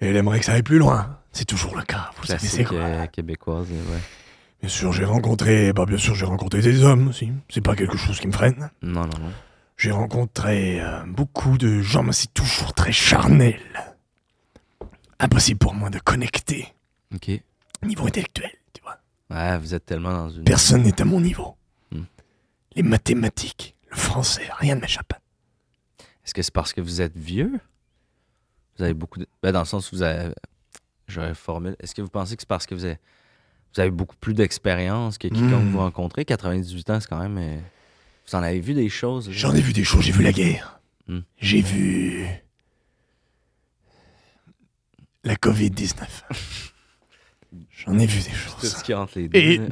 Speaker 3: elle aimerait que ça aille plus loin. C'est toujours le cas, vous savez c'est
Speaker 1: Classique
Speaker 3: quoi.
Speaker 1: euh, québécoise, ouais.
Speaker 3: Bien sûr, j'ai rencontré, bah bien sûr, j'ai rencontré des hommes aussi. C'est pas quelque chose qui me freine.
Speaker 1: Non, non, non.
Speaker 3: J'ai rencontré euh, beaucoup de gens, mais c'est toujours très charnel. Impossible pour moi de connecter
Speaker 1: OK.
Speaker 3: niveau intellectuel, tu vois.
Speaker 1: Ouais, vous êtes tellement dans une...
Speaker 3: Personne n'est à mon niveau.
Speaker 1: Hmm.
Speaker 3: Les mathématiques, le français, rien ne m'échappe.
Speaker 1: Est-ce que c'est parce que vous êtes vieux? Vous avez beaucoup de... ben, dans le sens où vous avez... J'aurais une formule. Est-ce que vous pensez que c'est parce que vous avez, vous avez beaucoup plus d'expérience que quiconque
Speaker 3: Mm.
Speaker 1: vous rencontrez? 98 ans, c'est quand même... euh, Vous en avez vu des choses. là.
Speaker 3: J'en ai vu des choses, j'ai vu la guerre.
Speaker 1: Hmm.
Speaker 3: J'ai vu. La Covid-19. J'en ai vu des
Speaker 1: Tout
Speaker 3: choses.
Speaker 1: ce qui est entre les deux.
Speaker 3: Et
Speaker 1: là.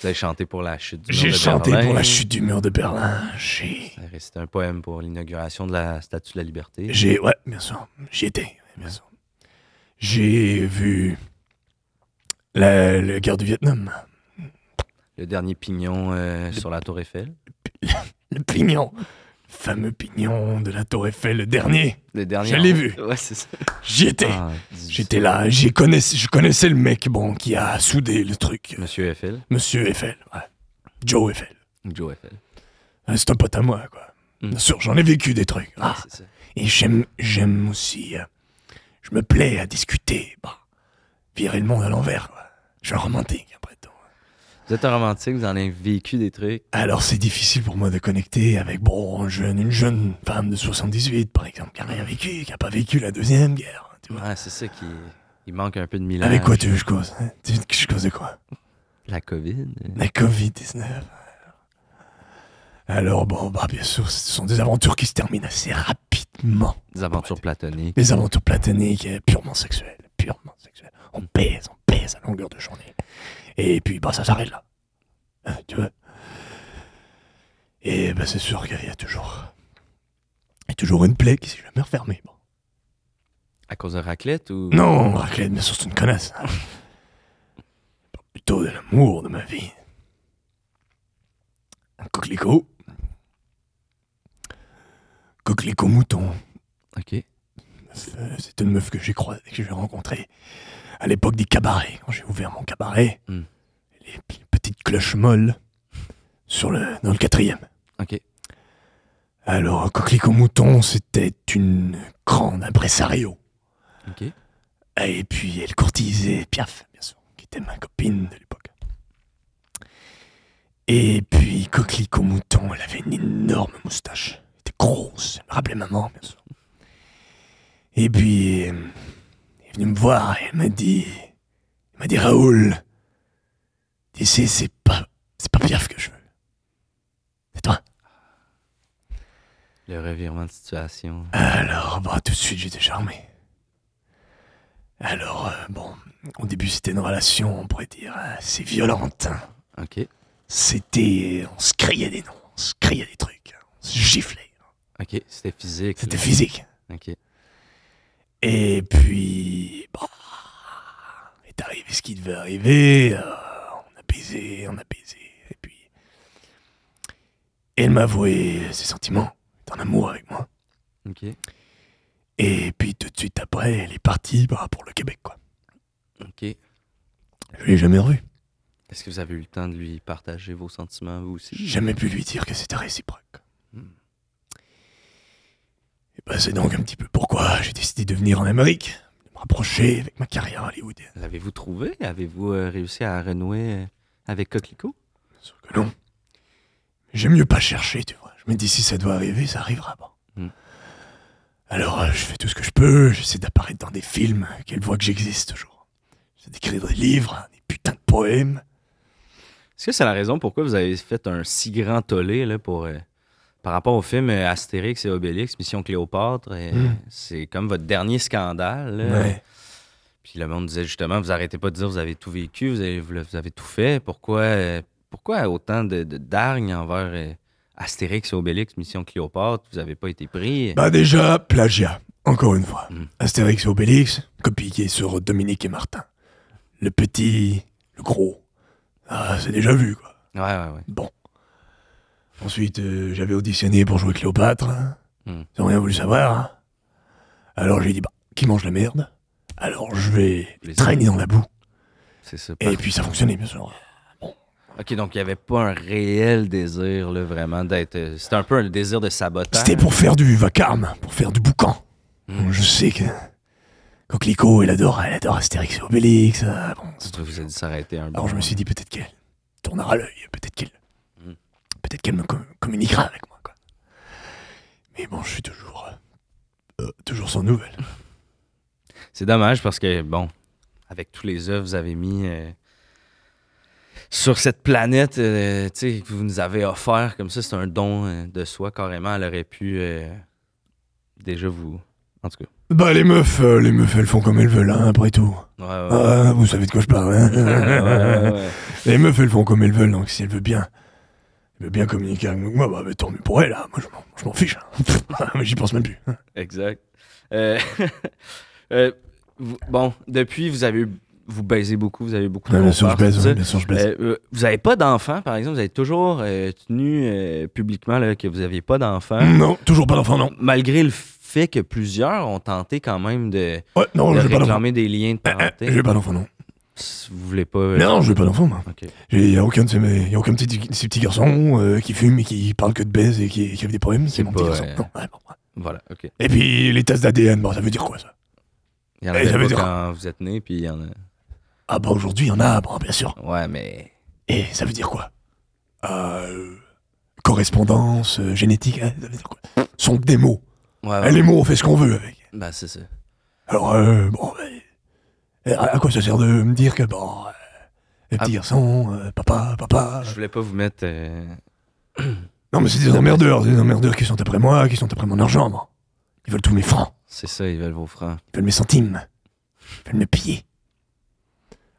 Speaker 1: Vous avez chanté pour la chute du mur
Speaker 3: j'ai
Speaker 1: de
Speaker 3: chanté
Speaker 1: Berlin.
Speaker 3: pour la chute du mur de Berlin. J'ai.
Speaker 1: Vous avez récité un poème pour l'inauguration de la Statue de la Liberté.
Speaker 3: J'ai. Ouais, bien sûr. J'y étais. Bien sûr. J'ai vu. La, la guerre du Vietnam.
Speaker 1: Le dernier pignon euh, sur la Tour Eiffel.
Speaker 3: Le pignon. Le fameux pignon de la Tour Eiffel, le dernier.
Speaker 1: Le dernier.
Speaker 3: Je l'ai vu.
Speaker 1: Ouais, c'est ça.
Speaker 3: J'y étais.
Speaker 1: Ah, dis-
Speaker 3: J'étais là, j'y connaissais, je connaissais le mec bon qui a soudé le truc.
Speaker 1: Monsieur Eiffel.
Speaker 3: Monsieur Eiffel, ouais. Joe Eiffel.
Speaker 1: Joe Eiffel.
Speaker 3: Euh, C'est un pote à moi, quoi.
Speaker 1: Mm.
Speaker 3: Bien sûr, j'en ai vécu des trucs.
Speaker 1: Ouais,
Speaker 3: Ah,
Speaker 1: c'est ça.
Speaker 3: et j'aime, j'aime aussi. euh, je me plais à discuter. Bah, virer le monde à l'envers, quoi. Je suis un romantique, après tout.
Speaker 1: Vous êtes un romantique, vous en avez vécu des trucs.
Speaker 3: Alors, c'est difficile pour moi de connecter avec, bon, un jeune, une jeune femme de 78, par exemple, qui n'a rien vécu, qui n'a pas vécu la deuxième guerre. hein, Tu vois.
Speaker 1: Ouais, c'est ça qui. Il manque un peu de millage.
Speaker 3: Avec quoi tu veux que je cause hein Tu veux que je cause de quoi
Speaker 1: La COVID. euh,
Speaker 3: La Covid-19. Alors bon, bah bien sûr, ce sont des aventures qui se terminent assez rapidement.
Speaker 1: Des aventures platoniques.
Speaker 3: Des aventures platoniques, euh, purement sexuelles, purement sexuelles. On pèse, on pèse à longueur de journée. Et puis, bah ça s'arrête là. Euh, tu vois Et bah c'est sûr qu'il y a toujours... Il y a toujours une plaie qui s'est jamais refermée. Bon.
Speaker 1: À cause de raclette ou.
Speaker 3: Non, Raclette, bien sûr, c'est une connasse. Je parle plutôt de l'amour de ma vie. Un coquelicot. Coquelicot mouton.
Speaker 1: Ok.
Speaker 3: Euh, C'est une meuf que j'ai croisée, que j'ai rencontrée à l'époque des cabarets, quand j'ai ouvert mon cabaret.
Speaker 1: Hmm.
Speaker 3: Les p- petites cloches molles sur le, dans le quatrième.
Speaker 1: Ok.
Speaker 3: Alors, Coquelicot mouton, c'était une grande impresario.
Speaker 1: Ok.
Speaker 3: Et puis elle courtisait Piaf, bien sûr, qui était ma copine de l'époque. Et puis Coquelicot Mouton, elle avait une énorme moustache. Elle était grosse, elle me rappelait maman, bien sûr. Et puis euh, elle est venue me voir et elle m'a dit Elle m'a dit Raoul, tu sais, c'est pas, c'est pas Piaf que je veux. C'est toi.
Speaker 1: Le revirement de situation.
Speaker 3: Alors, bah, tout de suite, j'étais charmé. Alors, euh, bon, au début, c'était une relation, on pourrait dire, hein, assez violente. hein.
Speaker 1: Ok.
Speaker 3: C'était. On se criait des noms, on se criait des trucs, hein. on se giflait. hein.
Speaker 1: Ok. C'était physique.
Speaker 3: C'était
Speaker 1: là.
Speaker 3: physique.
Speaker 1: Ok.
Speaker 3: Et puis. Bah. Est arrivé ce qui devait arriver. euh, on a baisé, on a baisé. Et puis. Elle m'a avoué ses sentiments, elle est en amour avec moi.
Speaker 1: Ok.
Speaker 3: Et puis, tout de suite après, elle est partie bah, pour le Québec, quoi.
Speaker 1: Ok. Est-ce
Speaker 3: Je l'ai jamais revu.
Speaker 1: que vous avez eu le temps de lui partager vos sentiments, vous
Speaker 3: J'ai
Speaker 1: aussi?
Speaker 3: jamais pu lui dire que c'était réciproque.
Speaker 1: Hmm.
Speaker 3: Et ben c'est donc un petit peu pourquoi j'ai décidé de venir en Amérique, de me rapprocher avec ma carrière hollywoodienne.
Speaker 1: L'avez-vous trouvé? Avez-vous euh, réussi à renouer euh, avec Coquelicot?
Speaker 3: Sauf que non. J'aime mieux pas chercher, tu vois. Je me dis si ça doit arriver, ça arrivera. bon.
Speaker 1: Hmm.
Speaker 3: Alors euh, je fais tout ce que je peux, j'essaie d'apparaître dans des films euh, qu'elle voit que j'existe toujours. J'essaie d'écrire des livres, des putains de poèmes.
Speaker 1: Est-ce que c'est la raison pourquoi vous avez fait un si grand tollé là, pour, euh, par rapport au film euh, Astérix et Obélix, Mission Cléopâtre? et,
Speaker 3: Mm.
Speaker 1: C'est comme votre dernier scandale. là.
Speaker 3: Ouais.
Speaker 1: Puis le monde disait justement, vous arrêtez pas de dire vous avez tout vécu, vous avez, vous le- vous avez tout fait. Pourquoi, euh, pourquoi autant de, de dargne envers euh, Astérix et Obélix, Mission Cléopâtre? Vous avez pas été pris.
Speaker 3: Bah déjà, plagiat, encore une fois.
Speaker 1: Hmm.
Speaker 3: Astérix et Obélix, copié sur Dominique et Martin. le petit, le gros. Ah, c'est déjà vu, quoi.
Speaker 1: Ouais, ouais, ouais.
Speaker 3: Bon. Ensuite, euh, j'avais auditionné pour jouer Cléopâtre. hein.
Speaker 1: Hmm.
Speaker 3: Ils ont rien voulu savoir. hein. Alors j'ai dit, bah, qui mange la merde Alors je vais
Speaker 1: Les Ah.
Speaker 3: les traîner dans la boue.
Speaker 1: C'est ça.
Speaker 3: Et puis ça fonctionnait, bien sûr.
Speaker 1: Ok, donc il n'y avait pas un réel désir, là, vraiment, d'être. euh, C'était un peu un désir de sabotage.
Speaker 3: C'était pour faire du vacarme, pour faire du boucan.
Speaker 1: Hmm.
Speaker 3: Je sais que Coquelicot, elle adore, elle adore Astérix et Obélix. euh, bon,
Speaker 1: Je trouve que vous avez dû s'arrêter un peu.
Speaker 3: Alors je me suis dit peut-être qu'elle tournera l'œil, peut-être qu'elle
Speaker 1: Mm.
Speaker 3: peut-être qu'elle me com- communiquera avec moi quoi. Mais bon, je suis toujours euh, euh, toujours sans nouvelles.
Speaker 1: C'est dommage parce que, bon, avec tous les œuvres que vous avez mis euh, sur cette planète, euh, tu sais, que vous nous avez offert comme ça, c'est un don euh, de soi carrément. Elle aurait pu euh, déjà vous. En tout cas.
Speaker 3: Bah les meufs, euh, les meufs elles font comme elles veulent hein, après tout.
Speaker 1: Ouais, ouais.
Speaker 3: Ah, vous savez de quoi je parle.
Speaker 1: Ouais, ouais,
Speaker 3: hein.
Speaker 1: ouais.
Speaker 3: les meufs elles font comme elles veulent donc si elle veut bien elle veut bien communiquer avec moi, bah, bah, tant mieux pour elle, hein. moi je m'en- je m'en fiche. hein. Mais J'y pense même plus.
Speaker 1: Exact. Euh, euh, vous- bon, depuis, vous avez eu- vous baisez beaucoup, vous avez eu beaucoup de
Speaker 3: bien sûr je
Speaker 1: rencontres, tout
Speaker 3: baise,
Speaker 1: ça.
Speaker 3: bien sûr je baise.
Speaker 1: Euh, euh, vous n'avez pas d'enfant, par exemple. Vous avez toujours euh, tenu euh, publiquement là, que vous n'aviez pas d'enfant.
Speaker 3: Non, toujours pas d'enfant, non.
Speaker 1: Malgré le fait que plusieurs ont tenté quand même de,
Speaker 3: Ouais, non,
Speaker 1: de
Speaker 3: Oh, j'ai pas d'enfant.
Speaker 1: réclamer des liens de
Speaker 3: Ah,
Speaker 1: parenté.
Speaker 3: J'ai pas d'enfant, non.
Speaker 1: Si Vous voulez pas... euh,
Speaker 3: Non, je veux pas d'enfant, moi.
Speaker 1: OK.
Speaker 3: Il n'y a aucun de ces, y a aucun de ces- ces petits garçons euh, qui fument et qui parlent que de baise et qui, qui avaient des problèmes.
Speaker 1: C'est
Speaker 3: C'est mon
Speaker 1: pas,
Speaker 3: petit garçon.
Speaker 1: euh,
Speaker 3: Non, ouais, bon, ouais.
Speaker 1: Voilà, OK.
Speaker 3: Et puis les tests d'ADN, bon, ça veut dire quoi ça
Speaker 1: Il y en
Speaker 3: Eh,
Speaker 1: avait
Speaker 3: ça
Speaker 1: pas
Speaker 3: veut dire-
Speaker 1: quand vous êtes né, puis il y en a...
Speaker 3: Ah bah aujourd'hui, il y en a, bon, bien sûr.
Speaker 1: Ouais, mais...
Speaker 3: Et ça veut dire quoi Euh, Correspondance, euh, génétique, hein, ça veut dire quoi Ce Sont que des mots.
Speaker 1: Ouais,
Speaker 3: Eh,
Speaker 1: ouais.
Speaker 3: Les mots, on fait ce qu'on veut avec.
Speaker 1: Ben, c'est ça.
Speaker 3: Alors, euh, bon, ben, eh, à, à quoi ça sert de me dire que, bon, euh, les petits
Speaker 1: Ah.
Speaker 3: garçons, euh, papa, papa...
Speaker 1: Je voulais pas vous mettre... euh,
Speaker 3: Non mais c'est des emmerdeurs, c'est des emmerdeurs qui sont après moi, qui sont après mon argent, moi. Ils veulent tous mes francs.
Speaker 1: C'est ça, ils veulent vos francs.
Speaker 3: Ils veulent mes centimes. Ils veulent me piller.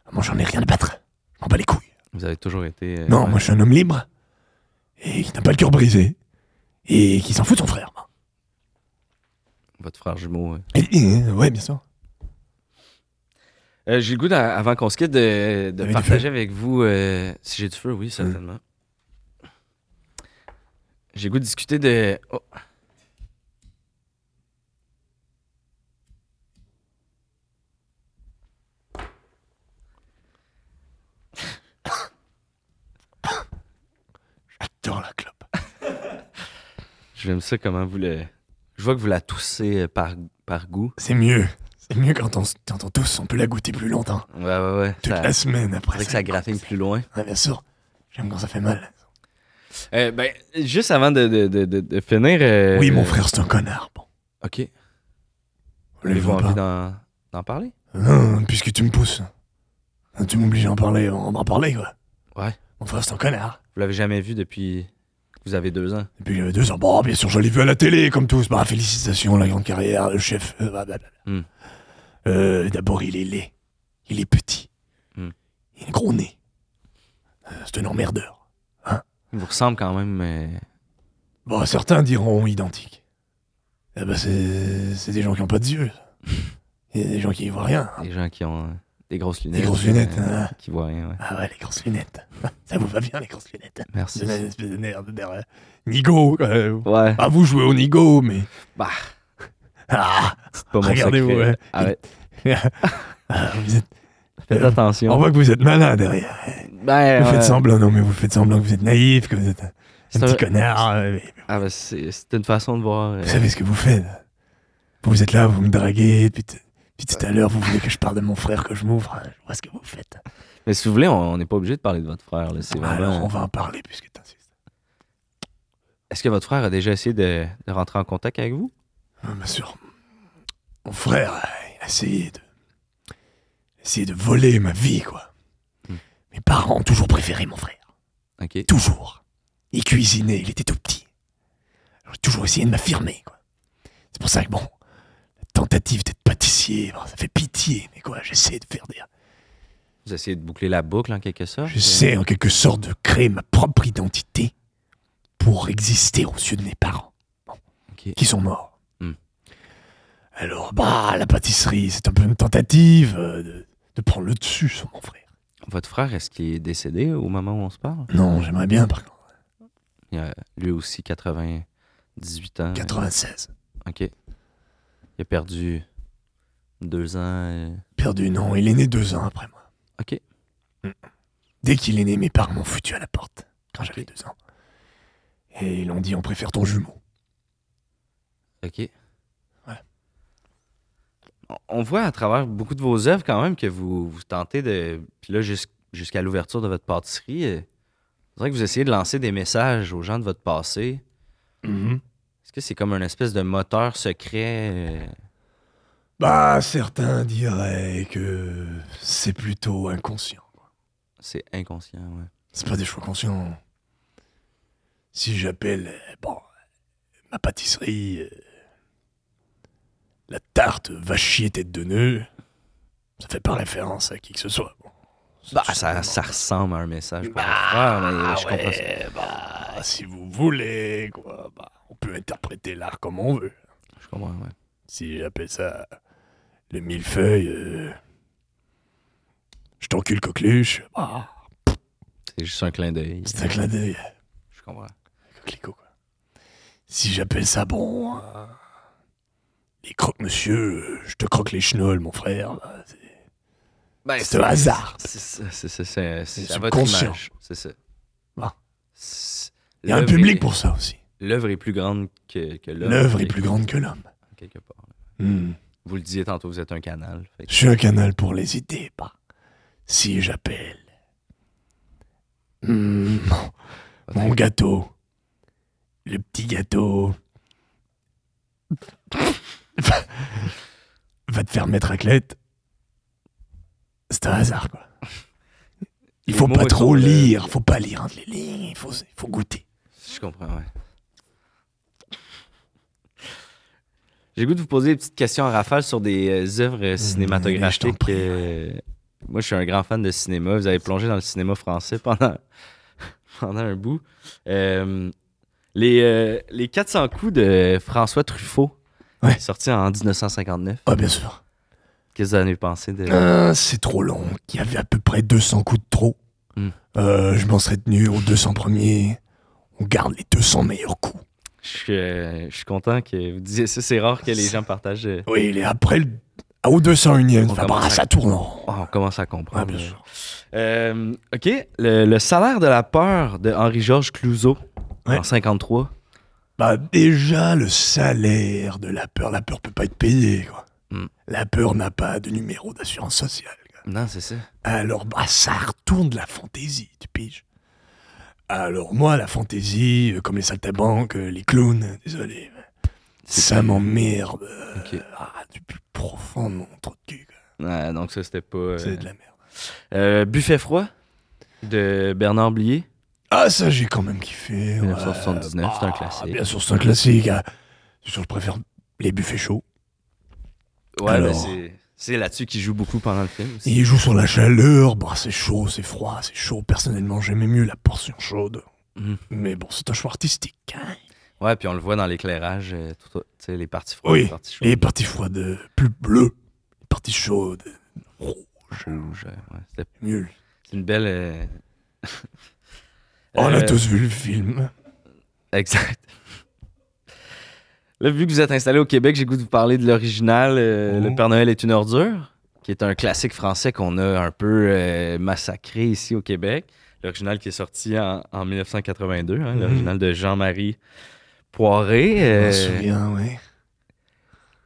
Speaker 3: Ah, Moi, j'en ai rien à battre. Je m'en bats les couilles.
Speaker 1: Vous avez toujours été... euh,
Speaker 3: non,
Speaker 1: ouais.
Speaker 3: moi, je suis un homme libre. Et qui n'a pas le cœur brisé. Et qui s'en fout de son frère. moi.
Speaker 1: Votre frère jumeau... ouais.
Speaker 3: Et- et- ouais, bien sûr.
Speaker 1: Euh, j'ai le goût, d'a- avant qu'on se quitte, de, de
Speaker 3: avez du
Speaker 1: partager avec vous. euh, si j'ai du feu, oui, certainement. J'ai le goût de discuter de. oh.
Speaker 3: J'adore la clope.
Speaker 1: J'aime ça comment vous le. Je vois que vous la toussez euh, par, par goût.
Speaker 3: C'est mieux. C'est mieux quand on, s- quand on tousse, on peut la goûter plus longtemps.
Speaker 1: Ouais, ouais, ouais.
Speaker 3: Toute
Speaker 1: Ça-
Speaker 3: la semaine
Speaker 1: c'est
Speaker 3: après.
Speaker 1: vrai que ça graffine plus loin.
Speaker 3: Ouais, bien sûr. J'aime quand ça fait mal.
Speaker 1: Euh, ben, juste avant de, de- de- de- de finir. euh,
Speaker 3: oui,
Speaker 1: euh,
Speaker 3: mon frère, c'est un connard. Bon,
Speaker 1: Ok.
Speaker 3: on les
Speaker 1: Avez-vous
Speaker 3: voit pas.
Speaker 1: envie d'en, d'en parler?
Speaker 3: Non, puisque tu me pousses. Tu m'obliges à en parler, on va en parler, quoi.
Speaker 1: Ouais.
Speaker 3: Mon frère, c'est un connard.
Speaker 1: Vous l'avez jamais vu depuis. que Vous avez deux ans.
Speaker 3: Et puis j'avais deux ans. Bon, bien sûr, je l'ai vu à la télé, comme tous. Bah, félicitations, la grande carrière, le chef. euh, blablabla.
Speaker 1: Hmm.
Speaker 3: Euh, D'abord, il est laid. Il est petit.
Speaker 1: Hmm.
Speaker 3: Il a un gros nez. Euh, C'est un emmerdeur.
Speaker 1: Il vous ressemble quand même. euh,
Speaker 3: Bon, certains diront identique. Eh ben, c'est c'est des gens qui n'ont pas de yeux. Il y a des gens qui y voient rien.
Speaker 1: des gens qui ont euh, des grosses lunettes.
Speaker 3: Des grosses lunettes.
Speaker 1: euh,
Speaker 3: hein.
Speaker 1: Qui voient rien, ouais.
Speaker 3: Ah ouais, les grosses lunettes. Ça vous va bien, les grosses lunettes.
Speaker 1: Merci.
Speaker 3: C'est une espèce de nerf, de nerf, euh, Nigo. euh,
Speaker 1: Ouais.
Speaker 3: Ah, vous jouez au Nigo, mais.
Speaker 1: Bah.
Speaker 3: Ah,
Speaker 1: C'est pas mon
Speaker 3: Regardez-vous,
Speaker 1: secret.
Speaker 3: ouais.
Speaker 1: Arrête.
Speaker 3: ah, vous êtes-
Speaker 1: Faites
Speaker 3: On
Speaker 1: attention.
Speaker 3: voit que vous êtes malin derrière.
Speaker 1: Ben,
Speaker 3: Vous
Speaker 1: ouais.
Speaker 3: faites semblant, non, mais vous faites semblant que vous êtes naïf, que vous êtes un,
Speaker 1: C'est
Speaker 3: un
Speaker 1: un-
Speaker 3: petit connard. euh, mais
Speaker 1: Ah, ben, c'est c'est une façon de voir. euh,
Speaker 3: Vous savez ce que vous faites. Vous êtes là, vous me draguez, puis, t- puis tout à l'heure, vous voulez que je parle de mon frère, que je m'ouvre. hein, Je vois ce que vous faites.
Speaker 1: Mais si vous voulez, on on n'est pas obligé de parler de votre frère. là, C'est
Speaker 3: Alors,
Speaker 1: vraiment...
Speaker 3: on va en parler, puisque t'insistes.
Speaker 1: Est-ce que votre frère a déjà essayé de, de rentrer en contact avec vous?
Speaker 3: Ah, Bien sûr. Mon frère, euh, il a essayé de. essayé de voler ma vie, quoi.
Speaker 1: Hmm.
Speaker 3: Mes parents ont toujours préféré mon frère.
Speaker 1: OK.
Speaker 3: Toujours. Il cuisinait, il était tout petit. Alors, J'ai toujours essayé de m'affirmer, quoi. C'est pour ça que, bon, la tentative d'être pâtissier, bon, ça fait pitié, mais quoi, j'essaie de faire des...
Speaker 1: Vous essayez de boucler la boucle, en quelque sorte?
Speaker 3: J'essaie, en quelque sorte, de créer ma propre identité pour exister aux yeux de mes parents,
Speaker 1: OK.
Speaker 3: qui sont morts.
Speaker 1: Hmm.
Speaker 3: Alors, bah, la pâtisserie, c'est un peu une tentative euh, de, de prendre le dessus sur mon frère.
Speaker 1: Votre frère, est-ce qu'il est décédé au moment où on se parle?
Speaker 3: Non, j'aimerais bien, par contre.
Speaker 1: Il a lui aussi 98 ans.
Speaker 3: 96.
Speaker 1: OK. Il a perdu deux ans. euh,
Speaker 3: Perdu, non, il est né deux ans après moi.
Speaker 1: OK.
Speaker 3: Dès qu'il est né, mes parents m'ont foutu à la porte, quand j'avais deux ans. Et ils l'ont dit, on préfère ton jumeau.
Speaker 1: OK.
Speaker 3: Ouais.
Speaker 1: On- On voit à travers beaucoup de vos œuvres quand même que vous, vous tentez de. Puis là, jus- jusqu'à l'ouverture de votre pâtisserie, euh, c'est vrai que vous essayez de lancer des messages aux gens de votre passé. Mm-hmm. Est-ce que c'est comme un espèce de moteur secret? euh,
Speaker 3: Bah, certains diraient que c'est plutôt inconscient.
Speaker 1: C'est inconscient, ouais.
Speaker 3: C'est pas des choix conscients. Si j'appelle, euh, bon, ma pâtisserie, euh, la tarte va chier tête de nœud, ça fait pas référence à qui que ce soit. Bon, c'est
Speaker 1: Bah,
Speaker 3: tout
Speaker 1: ça,
Speaker 3: simplement-
Speaker 1: ça ressemble à un message pour
Speaker 3: Bah,
Speaker 1: votre frère, mais je comprends ça.
Speaker 3: ouais, bah, si vous voulez, quoi, bah, on peut interpréter l'art comme on veut.
Speaker 1: Je comprends, ouais.
Speaker 3: Si j'appelle ça le millefeuille, euh, je t'encule coqueluche, bah,
Speaker 1: C'est juste un clin d'œil.
Speaker 3: c'est un clin d'œil. euh,
Speaker 1: Je comprends.
Speaker 3: Coquelicot, quoi. Si j'appelle ça bon. euh, Les croque-monsieur, euh, je te croque les chenolles, mon frère. bah, c'est-
Speaker 1: Ben,
Speaker 3: C'est le hasard.
Speaker 1: C'est ça, c'est ça, c'est-
Speaker 3: C'est
Speaker 1: c'est à votre
Speaker 3: subconscient.
Speaker 1: image. C'est ça.
Speaker 3: Ah.
Speaker 1: C'est-
Speaker 3: Il y a un
Speaker 1: l'œuvre est-
Speaker 3: public pour ça aussi.
Speaker 1: L'œuvre est plus grande que, que l'œuvre.
Speaker 3: L'œuvre est
Speaker 1: mais-
Speaker 3: plus grande que l'homme.
Speaker 1: Quelque part.
Speaker 3: Hmm.
Speaker 1: Vous le disiez tantôt, vous êtes un canal. fait que-
Speaker 3: Je suis un canal pour les idées, bah. Si j'appelle. hmm, mon- mon gâteau. Le petit gâteau. va, va te faire mettre raclette. C'est un hasard, quoi.
Speaker 1: Les
Speaker 3: Il faut
Speaker 1: mots
Speaker 3: pas
Speaker 1: sont
Speaker 3: trop
Speaker 1: le-
Speaker 3: lire, faut pas lire entre les lignes, il faut, il faut goûter.
Speaker 1: Je comprends, ouais. J'ai le goût de vous poser des petites questions en rafale sur des euh, œuvres euh,
Speaker 3: Mmh, je t'en
Speaker 1: cinématographiques.
Speaker 3: prie.
Speaker 1: euh, moi, je suis un grand fan de cinéma. Vous avez plongé dans le cinéma français pendant, pendant un bout. Euh, les, euh, les 400 coups de François Truffaut,
Speaker 3: Ouais.
Speaker 1: sorti en 1959.
Speaker 3: Ah, bien sûr.
Speaker 1: Qu'est-ce que vous en avez pensé de...
Speaker 3: Euh, c'est trop long. Il y avait à peu près 200 coups de trop.
Speaker 1: Hmm.
Speaker 3: Euh, je m'en serais tenu aux 200 premiers. On garde les 200 meilleurs coups.
Speaker 1: Je, suis, euh, je suis content que vous disiez ça. C'est rare que les gens partagent. euh,
Speaker 3: Oui, les après, le- ah, au 201e,
Speaker 1: On
Speaker 3: ça,
Speaker 1: commence
Speaker 3: bah,
Speaker 1: à-
Speaker 3: ça tourne en-
Speaker 1: oh, on commence à comprendre.
Speaker 3: Ouais, bien sûr.
Speaker 1: Euh, OK. Le, le salaire de la peur de Henri-Georges Clouzot
Speaker 3: Ouais.
Speaker 1: en 53.
Speaker 3: Bah, déjà, le salaire de la peur, la peur peut pas être payée, quoi.
Speaker 1: Hmm.
Speaker 3: La peur n'a pas de numéro d'assurance sociale. quoi.
Speaker 1: Non, c'est ça.
Speaker 3: Alors, bah, ça retourne de la fantaisie, tu piges. Alors, moi, la fantaisie, euh, comme les saltabanques, euh, les clowns, désolé,
Speaker 1: C'est-
Speaker 3: ça m'emmerde.
Speaker 1: OK.
Speaker 3: Ah, du plus profond de mon trou de cul, quoi.
Speaker 1: Ouais, donc ça, c'était pas... euh,
Speaker 3: C'est de la merde.
Speaker 1: euh, Buffet froid de Bernard Blier.
Speaker 3: Ah, ça, j'ai quand même kiffé.
Speaker 1: 1979,
Speaker 3: ouais.
Speaker 1: c'est un
Speaker 3: Ah,
Speaker 1: classique.
Speaker 3: Bien sûr, c'est un classique. hein. C'est sûr, je préfère les buffets chauds.
Speaker 1: Ouais,
Speaker 3: Alors.
Speaker 1: ben, c'est- c'est là-dessus qu'il joue beaucoup pendant le film.
Speaker 3: Et
Speaker 1: aussi.
Speaker 3: ils jouent sur la chaleur. Bah, c'est chaud, c'est froid, c'est chaud. Personnellement, j'aimais mieux la portion chaude.
Speaker 1: Mhm.
Speaker 3: Mais bon, c'est un choix artistique. hein.
Speaker 1: Ouais, puis on le voit dans l'éclairage, euh, tout- tout- tu sais, les parties froides,
Speaker 3: Oui,
Speaker 1: les parties chaudes.
Speaker 3: Les parties froides, euh, plus bleues. Les parties chaudes, rouges,
Speaker 1: rouges, euh, ouais, c'était-
Speaker 3: nul.
Speaker 1: c'est une belle... euh,
Speaker 3: On a
Speaker 1: euh,
Speaker 3: tous vu le film.
Speaker 1: Exact. Là, vu que vous êtes installé au Québec, j'ai le goût de vous parler de l'original euh,
Speaker 3: Oh.
Speaker 1: Le Père Noël est une ordure, qui est un classique français qu'on a un peu euh, massacré ici au Québec. L'original qui est sorti en, en 1982, hein,
Speaker 3: Mhm.
Speaker 1: l'original de Jean-Marie Poiré.
Speaker 3: Je
Speaker 1: Euh,
Speaker 3: m'en souviens, oui.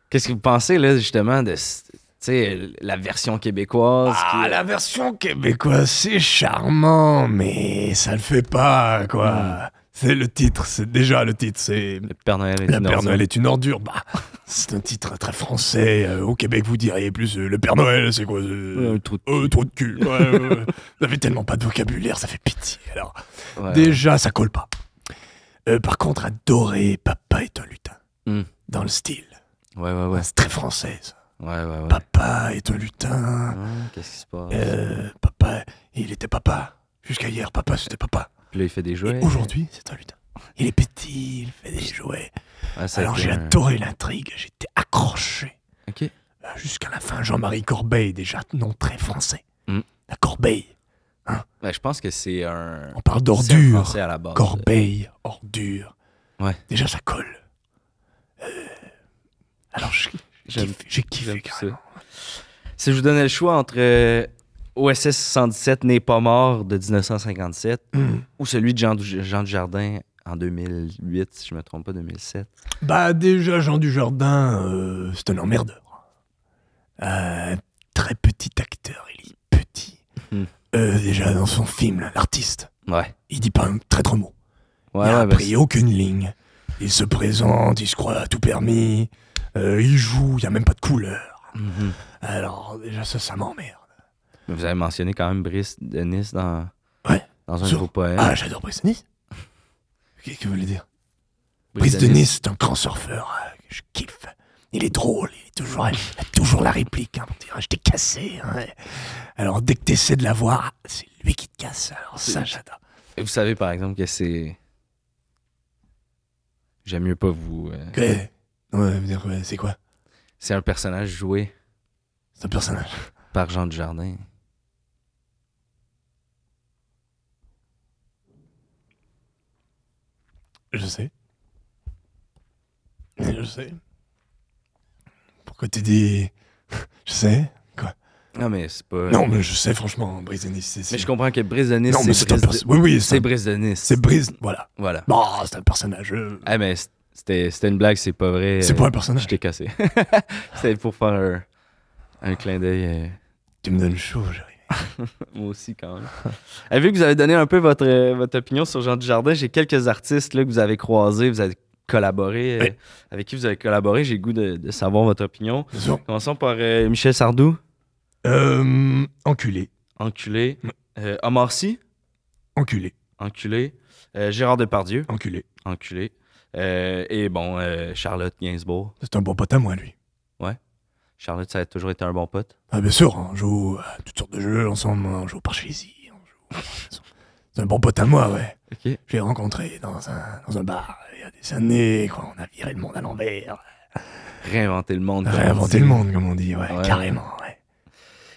Speaker 1: Qu'est-ce que vous pensez, là, justement, de c- tu sais, la version québécoise?
Speaker 3: Ah,
Speaker 1: qui-
Speaker 3: la version québécoise, c'est charmant, mais ça le fait pas, quoi.
Speaker 1: Mm.
Speaker 3: C'est le titre, c'est déjà le titre, c'est
Speaker 1: Le Père Noël est
Speaker 3: La
Speaker 1: une
Speaker 3: Père
Speaker 1: ordure.
Speaker 3: Noël est une ordure. Bah, c'est un titre très français. euh, au Québec, vous diriez plus euh, Le Père Noël, c'est quoi
Speaker 1: Ouais,
Speaker 3: euh,
Speaker 1: un trou de
Speaker 3: euh,
Speaker 1: cul.
Speaker 3: trop de cul. Ouais, ouais, ouais. Vous avez tellement pas de vocabulaire, ça fait pitié. Alors,
Speaker 1: Ouais.
Speaker 3: déjà, ça colle pas. Euh, par contre, adoré, Papa est un lutin.
Speaker 1: Mm.
Speaker 3: Dans le style.
Speaker 1: ouais, ouais, ouais.
Speaker 3: C'est très français, ça.
Speaker 1: Ouais, ouais, ouais.
Speaker 3: Papa est un lutin.
Speaker 1: Hein, Qu'est-ce qui se passe?
Speaker 3: Euh, papa, il était papa. Jusqu'à hier, papa, c'était papa.
Speaker 1: Puis là, il fait des
Speaker 3: Et
Speaker 1: jouets.
Speaker 3: Aujourd'hui, c'est un lutin. Il est petit, il fait des jouets.
Speaker 1: Ouais, Ah, ça a
Speaker 3: Alors
Speaker 1: été
Speaker 3: j'ai
Speaker 1: un-
Speaker 3: adoré l'intrigue, j'étais accroché.
Speaker 1: Ok.
Speaker 3: euh, jusqu'à la fin, Jean-Marie Corbeil, déjà, nom très français.
Speaker 1: Mm.
Speaker 3: La Corbeille.
Speaker 1: Ben, je pense que c'est un.
Speaker 3: On parle
Speaker 1: c'est un
Speaker 3: d'ordure.
Speaker 1: français à la base.
Speaker 3: Corbeille, ordure.
Speaker 1: Ouais.
Speaker 3: Déjà, ça colle. Euh, Alors, j'ai
Speaker 1: J'aime-
Speaker 3: kiffé- j'ai kiffé
Speaker 1: j'aime ça.
Speaker 3: carrément.
Speaker 1: Si je vous donnais le choix entre euh, OSS 117 n'est pas mort de 1957
Speaker 3: Mm.
Speaker 1: ou celui de Jean, du, Jean Dujardin en 2008, si je me trompe pas, 2007.
Speaker 3: Bah déjà, Jean Dujardin, euh, c'est un emmerdeur. Euh, très petit acteur, il est petit.
Speaker 1: Hmm.
Speaker 3: Euh, déjà dans son film, là, l'artiste,
Speaker 1: Ouais.
Speaker 3: il dit pas un traître mot.
Speaker 1: Ouais,
Speaker 3: il a
Speaker 1: ouais, ben,
Speaker 3: appris aucune ligne. Il se présente, il se croit à tout permis. Euh, il joue, il y a même pas de couleur.
Speaker 1: c'est- Mhm.
Speaker 3: Alors déjà ça, ça m'emmerde.
Speaker 1: Mais Vous avez mentionné quand même Brice Denis dans,
Speaker 3: Ouais.
Speaker 1: dans un
Speaker 3: Sur-
Speaker 1: de vos poèmes.
Speaker 3: Ah, j'adore Brice Nice. Qu'est-ce que vous voulez dire
Speaker 1: Brice
Speaker 3: Brice
Speaker 1: Denis.
Speaker 3: Denis, c'est un grand surfeur. euh, que Je kiffe. Il est drôle, il, est toujours, il a toujours la réplique. hein, pour dire, je t'ai cassé. hein. Alors, dès que t'essaies de la voir, c'est lui qui te casse. Alors, ça, j'adore.
Speaker 1: Et Vous savez par exemple que c'est. J'aime mieux pas vous. euh,
Speaker 3: Ouais. Ouais, vous dire, ouais, c'est quoi
Speaker 1: C'est un personnage joué
Speaker 3: C'est un personnage.
Speaker 1: par Jean Dujardin.
Speaker 3: Je sais. Je sais. Pourquoi t'es dit. Je sais
Speaker 1: Non, mais c'est pas.
Speaker 3: Non, mais je sais, franchement, Brice Denis, c'est.
Speaker 1: Mais je comprends que Brice Denis,
Speaker 3: Non,
Speaker 1: c'est
Speaker 3: mais c'est un
Speaker 1: Brice,
Speaker 3: personnage. Oui, oui, c'est
Speaker 1: c'est
Speaker 3: un-
Speaker 1: Brice Denis.
Speaker 3: c'est Brice. Voilà.
Speaker 1: Voilà.
Speaker 3: Bon, c'est un personnage. euh,
Speaker 1: Ah, mais c'était c'était une blague, c'est pas vrai.
Speaker 3: C'est
Speaker 1: euh,
Speaker 3: pas un personnage.
Speaker 1: Je t'ai cassé. C'était pour faire un, un clin d'œil. euh,
Speaker 3: Tu me donnes chaud, j'arrive.
Speaker 1: moi aussi, quand même. Ah, vu que vous avez donné un peu votre, euh, votre opinion sur Jean Dujardin, j'ai quelques artistes là, que vous avez croisés, vous avez collaboré, euh,
Speaker 3: Oui.
Speaker 1: avec qui vous avez collaboré. J'ai le goût de, de savoir votre opinion.
Speaker 3: Bien sûr.
Speaker 1: Commençons par euh, Michel Sardou,
Speaker 3: Euh, enculé.
Speaker 1: enculé.
Speaker 3: Mm.
Speaker 1: Euh, Omar Sy,
Speaker 3: Enculé.
Speaker 1: enculé. Euh, Gérard Depardieu,
Speaker 3: Enculé.
Speaker 1: enculé. Euh, et bon, euh, Charlotte Gainsbourg.
Speaker 3: C'est un bon pote à moi, lui.
Speaker 1: Charlotte, ça a toujours été un bon pote.
Speaker 3: Ah, bien sûr, on joue à toutes sortes de jeux ensemble, on joue au parchésie, on joue. C'est un bon pote à moi, ouais.
Speaker 1: OK.
Speaker 3: Je l'ai rencontré dans un, dans un bar il y a des années, quoi. On a viré le monde à l'envers.
Speaker 1: Réinventer le monde.
Speaker 3: On a
Speaker 1: comme on
Speaker 3: réinventé
Speaker 1: dit.
Speaker 3: le monde, comme on dit, ouais,
Speaker 1: Ouais.
Speaker 3: carrément, ouais.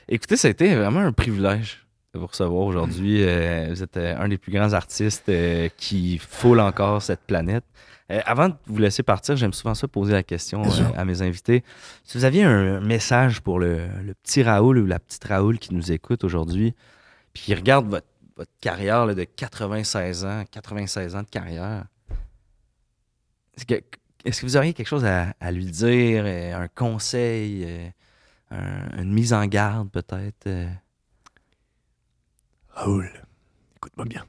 Speaker 1: Écoutez, ça a été vraiment un privilège de vous recevoir aujourd'hui. Euh, vous êtes euh, un des plus grands artistes euh, qui foule encore cette planète. Euh, avant de vous laisser partir, j'aime souvent ça poser la question
Speaker 3: Bien
Speaker 1: euh,
Speaker 3: sûr.
Speaker 1: à mes invités. Si vous aviez un message pour le, le petit Raoul ou la petite Raoul qui nous écoute aujourd'hui, puis qui regarde votre, votre carrière là, de 96 ans, 96 ans de carrière, est-ce que, est-ce que vous auriez quelque chose à, à lui dire, euh, un conseil euh, un- une mise en garde peut-être. euh.
Speaker 3: Raoul, écoute-moi bien.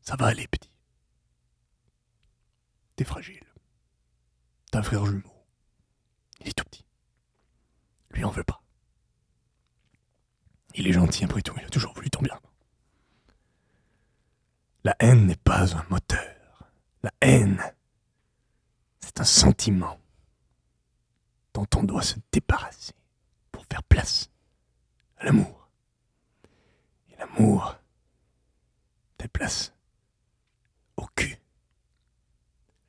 Speaker 3: Ça va aller, petit. T'es fragile. T'as un frère jumeau. Il est tout petit. Lui en veut pas. Il est gentil après tout, il a toujours voulu ton bien. La haine n'est pas un moteur. La haine, c'est un sentiment dont on doit se débarrasser pour faire place à l'amour. Et l'amour déplace au cul.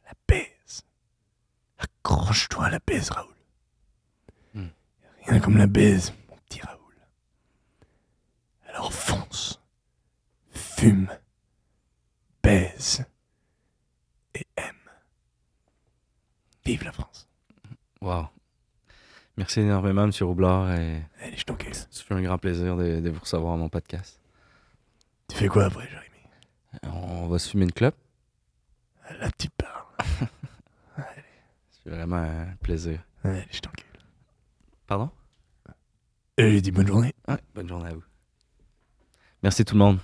Speaker 3: La baise. Accroche-toi à la baise, Raoul.
Speaker 1: Hmm.
Speaker 3: Rien comme la baise, mon petit Raoul. Alors fonce, fume, baise et aime. Vive la France.
Speaker 1: Wow. Merci énormément, M. Roublard. Et
Speaker 3: Allez, je t'encaisse.
Speaker 1: ça fait un grand plaisir de, de vous recevoir à mon podcast.
Speaker 3: Tu fais quoi après, Jérémy
Speaker 1: On va se fumer une clope.
Speaker 3: Là, tu pars.
Speaker 1: C'est vraiment un plaisir.
Speaker 3: Allez, je t'encule.
Speaker 1: Pardon?
Speaker 3: Et j'ai dit bonne journée.
Speaker 1: Ouais, bonne journée à vous. Merci tout le monde.